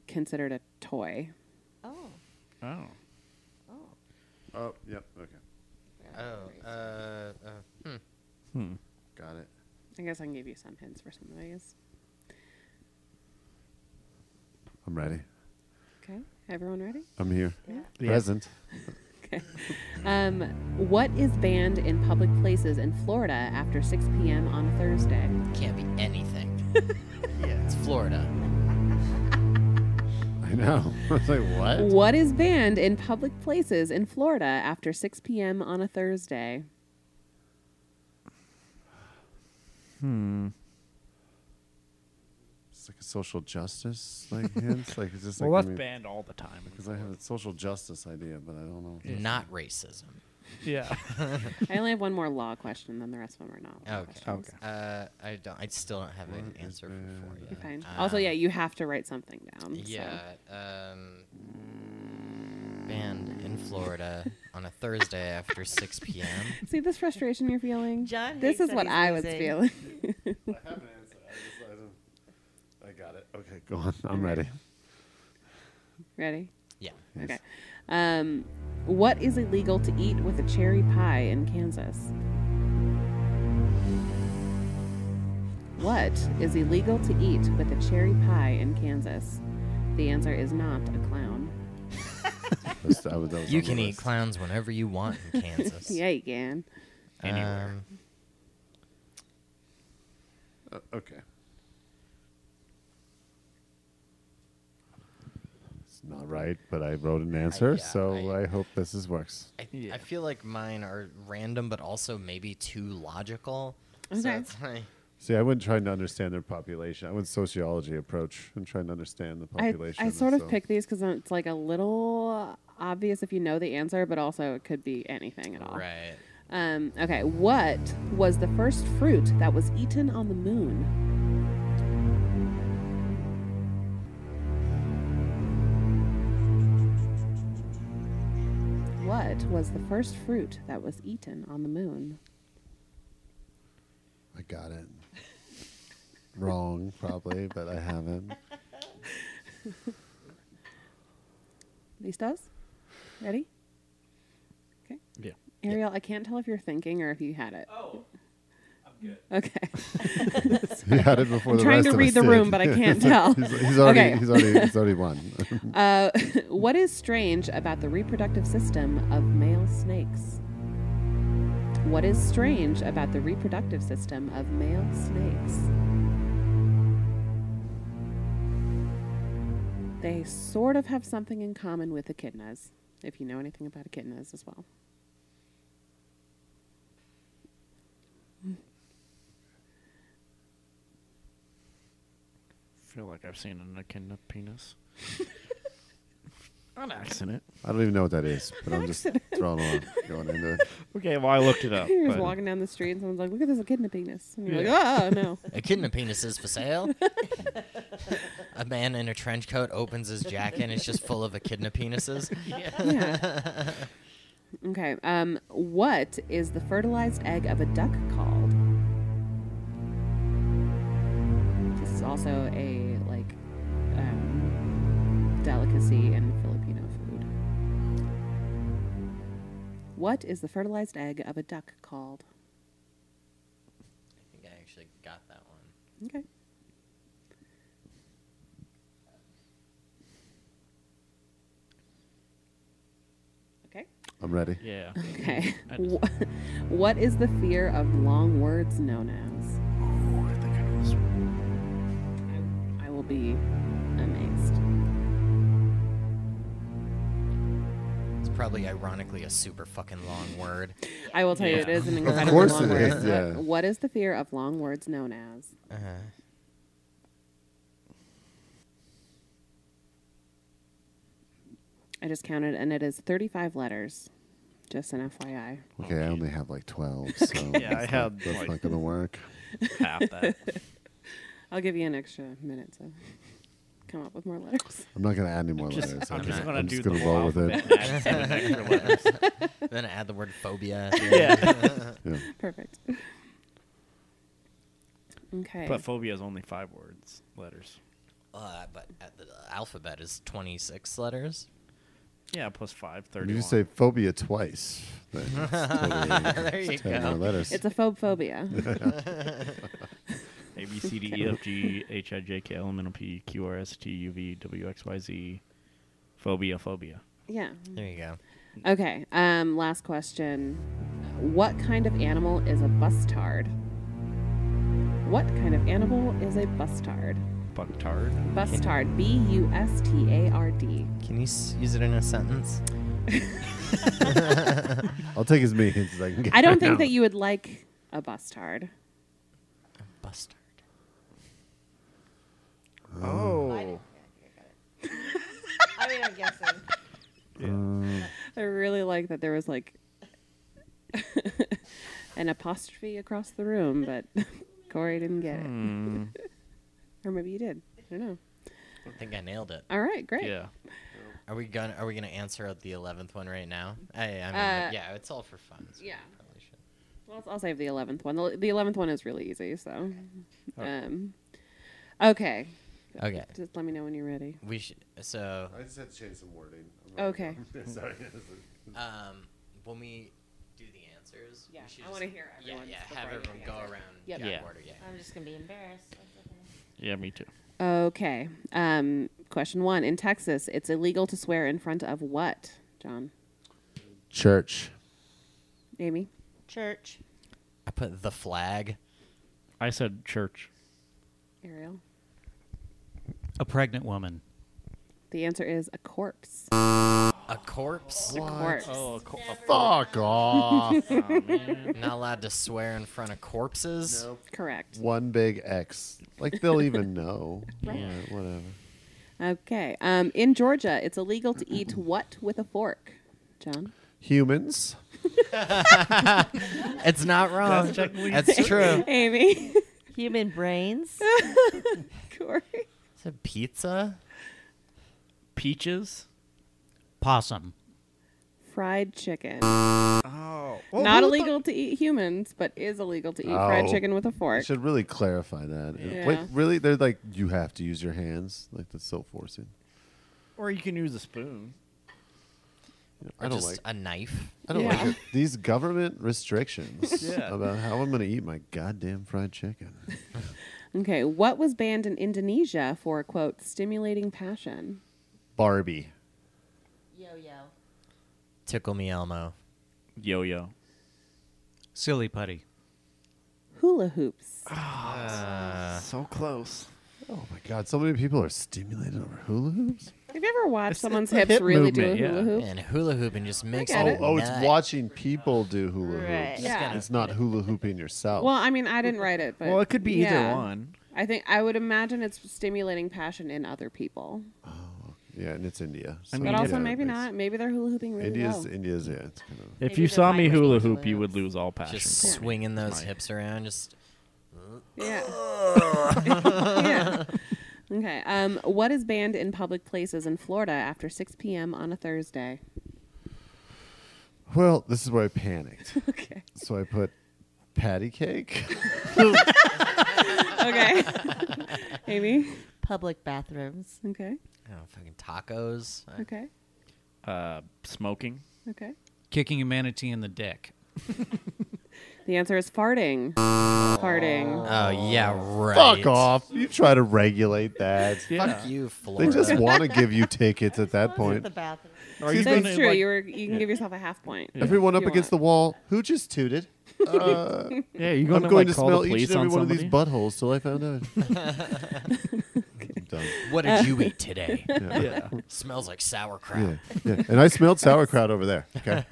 considered a toy.
Oh.
oh.
Oh.
Oh, yep. Okay.
Oh. Uh. uh hmm.
Hmm.
Got it.
I guess I can give you some hints for some of these.
I'm ready.
Okay, everyone ready?
I'm here.
Yeah.
Yeah.
Present.
Okay. Um, what is banned in public places in Florida after 6 p.m. on a Thursday?
Can't
[LAUGHS]
be anything. yeah. It's Florida.
I know. [LAUGHS] I was like, what?
What is banned in public places in Florida after 6 p.m. on a Thursday?
Hmm.
It's like a social justice like hints. Like it's just
Well,
like
that's banned all the time.
because I have a social justice idea, but I don't know.
Not racism.
Yeah.
[LAUGHS]
I only have one more law question, then the rest of them are not. law
Okay.
questions.
Okay.
Uh, I don't. I still don't have an
What is
answer
bad?
for you.
You're fine. also,
Um,
yeah, you have to write something down. so-
Yeah. Um, banned in Florida on a Thursday
[LAUGHS]
after 6 p.m.
See this frustration you're feeling?
John
this
hates
is what
that
I
he's
was
losing.
feeling. [LAUGHS]
I have an answer. I, just, I, don't, I got it. Okay, go on. I'm ready.
Ready?
Yeah.
Okay. Um, what is illegal to eat with a cherry pie in Kansas? What is illegal to eat with a cherry pie in Kansas? The answer is not a clown.
That's- that was- that was
You
on the
can eat
list.
clowns whenever you want
[LAUGHS]
in
[LAUGHS]
Kansas.
Yeah, you can.
Anywhere.
Um,
Uh, okay. It's not right, but I wrote an answer,
yeah,
so I,
I-
hope this is works.
I,
Yeah.
I feel like mine are random, but also maybe too logical. So
Okay.
it's like,
See, I went trying to understand their population. I went sociology approach and trying to understand the
I,
population.
I
and
sort of
so-
picked these because it's like a little obvious if you know the answer, but also it could be anything at all.
right.
Um, okay, what was the first fruit that was eaten on the moon? What was the first fruit that was eaten on the moon?
I got it. Wrong, probably, but I haven't. [LAUGHS]
Listos? Ready? Okay.
Yeah.
Ariel, I can't tell if you're thinking or if you had it.
Oh, I'm good.
Okay.
He had it before
I'm
the
trying
rest
to
of
read
us
the
did.
room, but I can't tell.
he's, [LAUGHS] he's already,
Okay.
he's already, he's
[LAUGHS]
already won.
Uh, what is strange about the reproductive system of male snakes? What is strange about the reproductive system of male snakes? They sort of have something in common with echidnas, if you know anything about echidnas as well.
I feel like I've seen an echidna [LAUGHS] penis. On accident.
I don't even know what
[LAUGHS]
that is, but I'm just throwing along, going into it.
Okay, well I looked it up.
[LAUGHS] You're just
but-
walking down the street and someone's like, look at this echidna penis. And you're
Yeah.
like, oh, no.
Echidna penis is
[LAUGHS]
for sale. a man in a trench coat opens his jacket and it's just full of
[LAUGHS]
echidna penises.
Yeah. [LAUGHS] okay. Um, what is the fertilized egg of a duck called? This is also a like um, delicacy in Filipino food. What is the fertilized egg of a duck called?
I think I actually got that one.
Okay. Okay.
I'm ready.
[LAUGHS] Yeah.
Okay. [LAUGHS]
I just-
Wh- what is the fear of long words known as?
Ooh, I think I know this one.
I will be amazed.
It's probably ironically a super fucking long word.
I will tell you, it
Yeah.
is
[LAUGHS]
an incredibly
course
long
it is,
word. Uh,
yeah.
What- what is the fear of long words known as?
Uh,
I just counted, and it is 35 letters. Just an FYI.
Okay, I only have
[LAUGHS]
like 12, so
Yeah, I
that's
had,
not, that's
like-
not going to work.
Half that.
I'll give you an extra minute to come up with more letters. [LAUGHS]
I'm not going to add any more
[LAUGHS] Just-
letters.
I'm
I
just
think-
gonna
I'm
do
just going
the
to roll with
whole [LAUGHS]
it.
Add seven extra letters.
then add the word phobia. [LAUGHS]
Yeah. [LAUGHS]
Yeah.
Perfect. Okay.
But phobia is only five words, letters.
Uh, but uh, the alphabet is 26 letters.
Yeah, plus five,
If
31.
you say phobia twice, then
[LAUGHS]
it's totally
there you
10 more
go.
letters.
It's a phobe phobia.
[LAUGHS] A B C D E F G [LAUGHS] H I J K L M N O P Q R S T U V W X Y Z phobia phobia.
yeah.
There you go.
Okay. Um, last question. What kind of animal is a bustard? What kind of animal is a bustard?
Bucktard.
Bustard. B U S T A R D.
Can you s- use it in a sentence?
I'll take as many hints as I can get.
I don't
right
think
now.
that you would like a bustard.
Bustard.
I
Oh.
didn't- yeah, I got it. I mean, I'm guessing.
Um,
I really like that there was like [LAUGHS] an apostrophe across the room, but [LAUGHS] Corey didn't get it.
Hmm. Mm,
Or maybe you did. I don't know.
I think I nailed it.
All right, great.
Yeah.
Are we gonna Are we gonna answer the eleventh one right now? I, I mean,
Uh,
yeah, it's all for fun. so we
yeah.
probably should.
Well, I'll- I'll save the eleventh one. The eleventh one is really easy. So, um, okay.
Okay,
Just let me know when you're ready.
we should. So,
I just had to change some wording.
Okay.
[LAUGHS] Sorry.
um, when we do the answers,
Yeah,
we should
I
just-
wanna hear
Yeah,
everyone's
yeah,
before
have
I do
everyone
the
go
answer.
around.
Yep.
Yeah,
Yeah.
Order, yeah.
I'm just gonna be embarrassed.
Yeah, me too.
Okay. Um, question one: In Texas, it's illegal to swear in front of what? John,
Church.
Amy,
Church.
I put the flag.
I said church.
Ariel.
A pregnant woman.
The answer is a corpse.
A corpse.
A corpse.
Oh.
Oh,
Fuck off.
Not allowed to swear in front of corpses.
Correct.
One big X. Like they'll even
[LAUGHS]
know. Alright, whatever.
Okay. Um, in Georgia, it's illegal to eat what with a fork? John,
Humans.
It's not wrong.
That's technically-
[LAUGHS]
That's true.
Amy, [LAUGHS]
Human brains.
Corey.
Is it pizza?
Peaches.
Possum.
Fried chicken.
Oh.
Not illegal to eat humans, but is illegal to eat fried
Oh.
chicken with a fork.
Should really clarify that.
Yeah.
Wait, really? They're like, you have to use your hands. Like that's so forcing.
Or you can use a spoon.
I don't
just
like.
a knife.
I don't
Yeah.
like it. these government restrictions
Yeah.
about how I'm going to eat my goddamn fried chicken.
Okay, what was banned in Indonesia for quote stimulating passion?
Barbie.
Yo yo.
Tickle me Elmo.
Yo yo.
Silly putty.
Hula hoops.
Ah, so close.
Oh my god! So many people are stimulated over hula hoops.
Have you ever watched someone's
the
hips
hip
really
movement,
do a hula
yeah.
hoop?
And hula hooping just makes
get
Oh,
it.
it.
oh, it's watching people do hula hoops.
Right.
Just
Yeah.
gonna-
It's not hula hooping yourself.
Well, I mean, I didn't write it, but
Well, it could be
yeah.
either one.
I think I would imagine it's stimulating passion in other people,
yeah, and it's India.
I
so
mean,
but
yeah,
also
it
maybe
makes-
not. Maybe they're hula hooping really
India's
well.
India's yeah. It's kind of,
If
Maybe
you
they're
saw me
vibrating
hula
to
hoop, you
it.
would lose all passion.
Just
for me.
swinging those
my-
hips around. Just
Yeah.
[LAUGHS]
yeah. [LAUGHS] Okay. Um, what is banned in public places in Florida after 6 p.m. on a Thursday? [LAUGHS]
well, this is where
[LAUGHS]
I panicked.
Okay.
so I put patty cake.
Okay. [LAUGHS] Amy.
Public bathrooms.
Okay.
I don't know, fucking tacos. I-
Okay.
Uh, smoking.
Okay.
Kicking a manatee in the dick.
The answer is farting. Farting.
Uh,
Oh yeah, right.
Fuck off! You try to regulate that.
[LAUGHS]
Fuck you,
They
Florida.
just want to give you tickets at that point.
The bathroom.
Are
Excuse
That's
gonna,
true.
like-
you were you can give yourself a half point.
Everyone up
You
against the
want.
wall. Who just tooted? Uh,
yeah, you're
I'm
gonna,
going
like,
to
call
smell
the
each
police
and every
on
one of
somebody?
these buttholes till I found out.
[LAUGHS]
I'm done.
What did you
[LAUGHS]
eat today?
Yeah.
Yeah.
Smells like sauerkraut.
Yeah. yeah. And I smelled sauerkraut over there.
[LAUGHS]
Okay.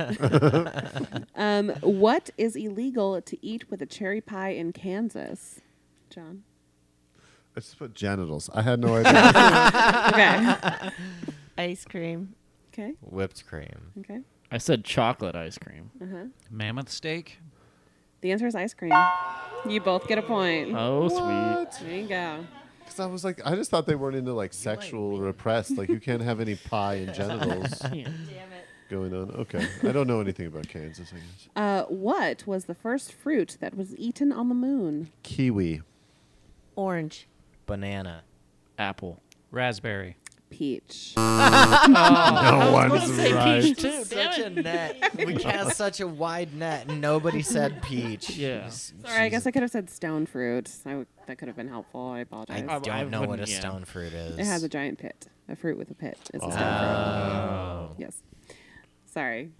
Um, what is illegal to eat with a cherry pie in Kansas? John.
I just put genitals. I had
[LAUGHS]
no idea.
Okay.
Ice cream.
[LAUGHS] okay.
Whipped cream.
Okay.
[LAUGHS] I said chocolate ice cream.
Mammoth steak.
The answer is ice cream. You both get a point.
Uh.
Oh, sweet.
There you go.
Because I was like, I just thought they weren't into like sexual repressed. Like you can't have any pie
[LAUGHS]
and genitals
Damn it.
going on. Okay. I don't know anything about Kansas. I guess
Uh, what was the first fruit that was eaten on the moon?
kiwi.
Orange.
Banana.
Apple.
Raspberry.
Peach.
No one's right.
Such a net. We
[LAUGHS]
cast such a wide net, and nobody said peach.
Yeah.
Sorry, I guess I could have said stone fruit. I w- that could have been helpful. I apologize.
I don't
I
know what a
wouldn't- yeah.
stone fruit is.
It has a giant pit. A fruit with a pit. It's a stone fruit. Yes. Sorry.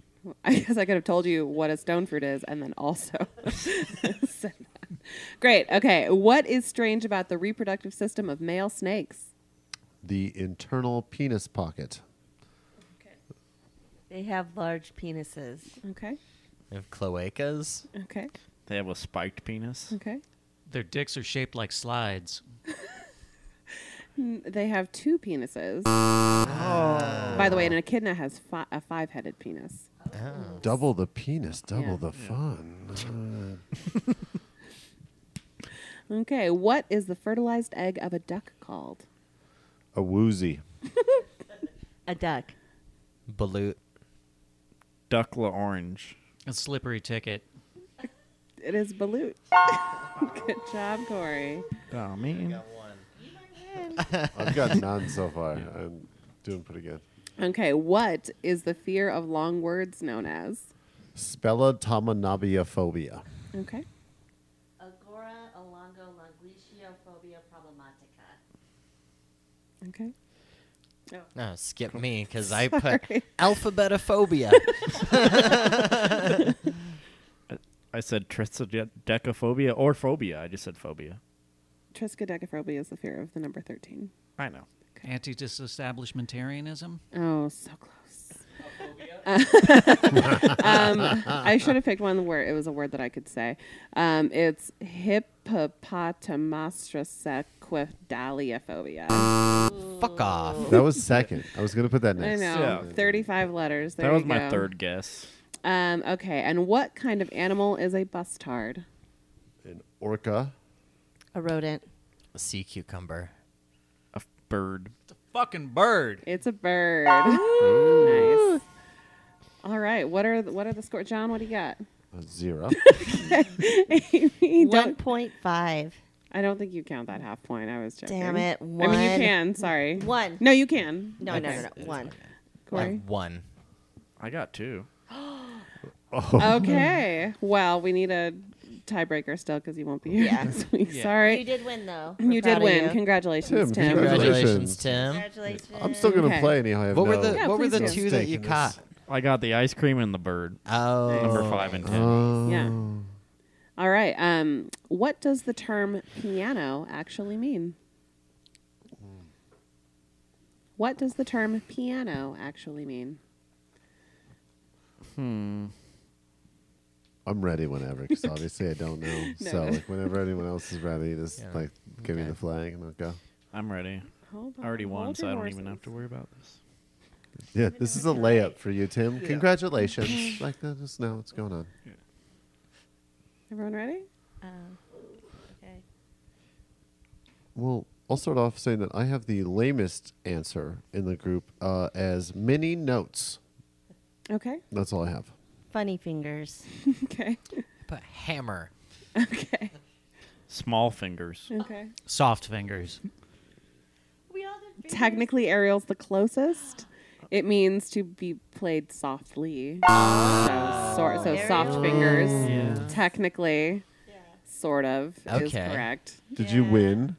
I [LAUGHS] guess I could have told you what a stone fruit is and then also [LAUGHS] said that. Great. Okay. What is strange about the reproductive system of male snakes?
The internal penis pocket.
They have large penises.
Okay.
They have cloacas.
Okay.
They have a spiked penis.
Okay.
Their dicks are shaped like slides.
N- They have two penises. By the way, an echidna has fi- a five-headed penis.
Double the penis, double
Yeah.
the fun.
Okay, what is the fertilized egg of a duck called?
Uh, a woozy.
A duck.
Balut.
Duckla orange.
A slippery ticket.
It is balut. [LAUGHS] Good job, Corey.
Oh man.
I've
[LAUGHS]
got none so far. I'm doing pretty good.
Okay, what is the fear of long words known as?
Spelatamanabiophobia.
Okay.
Agora alongo languiciophobia problematica.
Okay.
No, skip me because I put
[LAUGHS]
alphabetophobia. [LAUGHS]
I said trisodecaphobia or phobia. I just said phobia.
Triskaidekaphobia is the fear of the number 13.
I know.
Anti disestablishmentarianism.
Oh, so close. [LAUGHS] um, I should have picked one where it was a word that I could say. Um, it's hippopotamostrasequidaliophobia.
Fuck off.
That was second. I was going to put that
I know. [LAUGHS]
next.
Yeah.
35 letters. There
that was
you
my
go.
third guess.
Um, okay, and what kind of animal is a bustard?
An orca.
A rodent.
Sea cucumber.
A f- bird.
Fucking bird.
It's a bird. nice. All right, what are the, what are the score, John? What do you
[LAUGHS]
got?
A
[LAUGHS]
uh, zero.
Amy,
One
don't,
point five.
I don't think you count that half point. I was joking.
Damn it,
I mean, you
one.
can. Sorry.
One.
No, you can.
No, no, no, no. One.
I
Corey.
have one.
I got two.
Okay. Well, we need a tiebreaker still because you won't be here [LAUGHS]
Yeah.
next week.
Yeah.
You
Sorry.
did win though.
You
We're proud
did
of
win.
you.
Congratulations,
Tim,
Tim.
Congratulations,
Congratulations.
Tim.
Congratulations.
I'm still going to
Okay.
play anyhow. I have
What were
no-
the
Yeah,
What were
please
the
do.
two that you
Taking this.
caught?
I got the ice cream and the bird.
Oh,
Number five and ten.
Oh.
Yeah.
Mm.
All right. Um, what does the term piano actually mean?
Mm.
What does the term piano actually mean?
I'm ready whenever because obviously I don't know.
[LAUGHS] No,
so
no.
like whenever anyone else is ready, just
Yeah.
like give me
Okay.
the flag and I'll go.
I'm ready.
Hold
I already
on,
won,
hold
so
your
I don't even
horses.
have to worry about this.
Yeah,
[LAUGHS]
this is a layup for you, Tim. Congratulations. like, no, just know what's going on.
Everyone ready?
Um, okay.
Well, I'll start off saying that I have the lamest answer in the group uh, as mini notes.
Okay. [LAUGHS]
That's all I have.
Funny fingers.
Okay.
but hammer.
Okay.
Small fingers.
Okay.
Soft fingers.
We all did fingers.
Technically, Ariel's the closest. It means to be played softly. So, sor- so
Ariel.
soft fingers.
Oh, Yeah.
Technically, sort of, is
Okay.
correct.
Did you
Yeah.
win?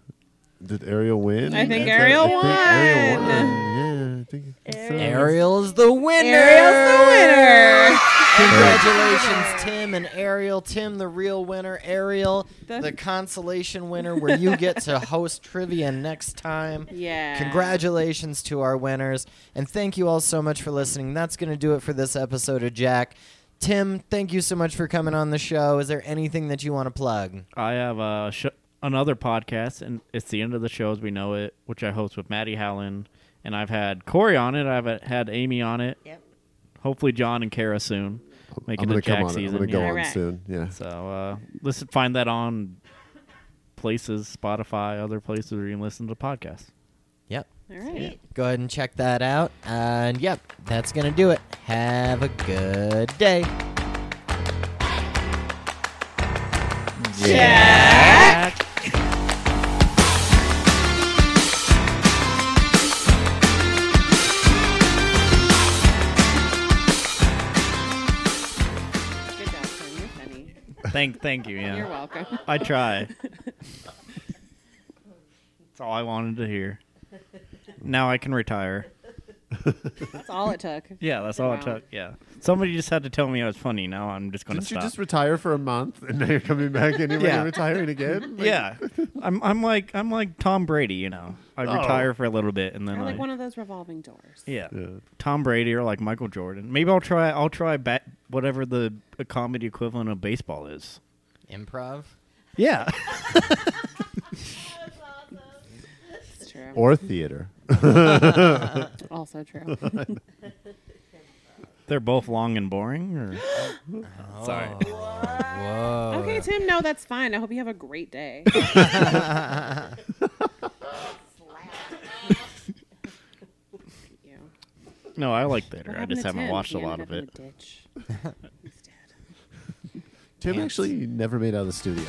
Did Ariel win?
I think
That's-
Ariel
Ariel
won.
won. Yeah, I think it's, uh,
Ariel's the
[LAUGHS]
winner.
Ariel's the winner.
Congratulations, Tim and Ariel. Tim, the real winner. Ariel,
The-
the consolation winner, where you get to host trivia next time.
[LAUGHS] Yeah.
Congratulations to our winners. And thank you all so much for listening. That's going to do it for this episode of Jack. Tim, thank you so much for coming on the show. Is there anything that you want to plug?
I have a sh- another podcast, and it's the end of the show as we know it, which I host with Maddie Howland. And I've had Corey on it. I've had Amy on it.
Yep.
Hopefully, John and Kara soon. Making
I'm
the
gonna
Jack
come on. it.
season.
I'm gonna go
yeah.
on
Alright.
soon. Yeah.
So uh, listen, find that on places, Spotify, other places where you can listen to podcasts.
Yep.
All right.
Go ahead and check that out. And yep, that's going to do it. Have a good day.
Good job, Tim. You're funny.
Thank, thank you.
You're
Yeah,
welcome. [LAUGHS]
I try. That's all I wanted to hear. Now I can retire.
That's all it took.
Yeah, that's all it
Wow.
took. Yeah, somebody just had to tell me I was funny. Now I'm just going to
Didn't you
stop.
just retire for a month and now you're coming back and you're
Yeah.
retiring
[LAUGHS]
again? Like,
yeah, I'm I'm like I'm like Tom Brady. You know, I
Oh.
retire for a little bit and then
Or
I
like one of those revolving doors.
yeah.
yeah.
Tom Brady or like Michael Jordan. Maybe I'll try. I'll try bat, whatever the uh, comedy equivalent of baseball is.
Improv.
Yeah.
It's true.
or theater.
also
[LAUGHS]
true.
[LAUGHS] They're both long and boring.
[LAUGHS]
Or? Sorry.
Whoa.
okay, Tim. No, that's fine. I hope you have a great
[LAUGHS]
day. Yeah.
No, I like theater.
What
I
happened
just
to
haven't
Tim?
watched
He
a lot
ended
of
up in
it.
the ditch. He's dead.
Tim
Ants.
actually never made it out of the studio.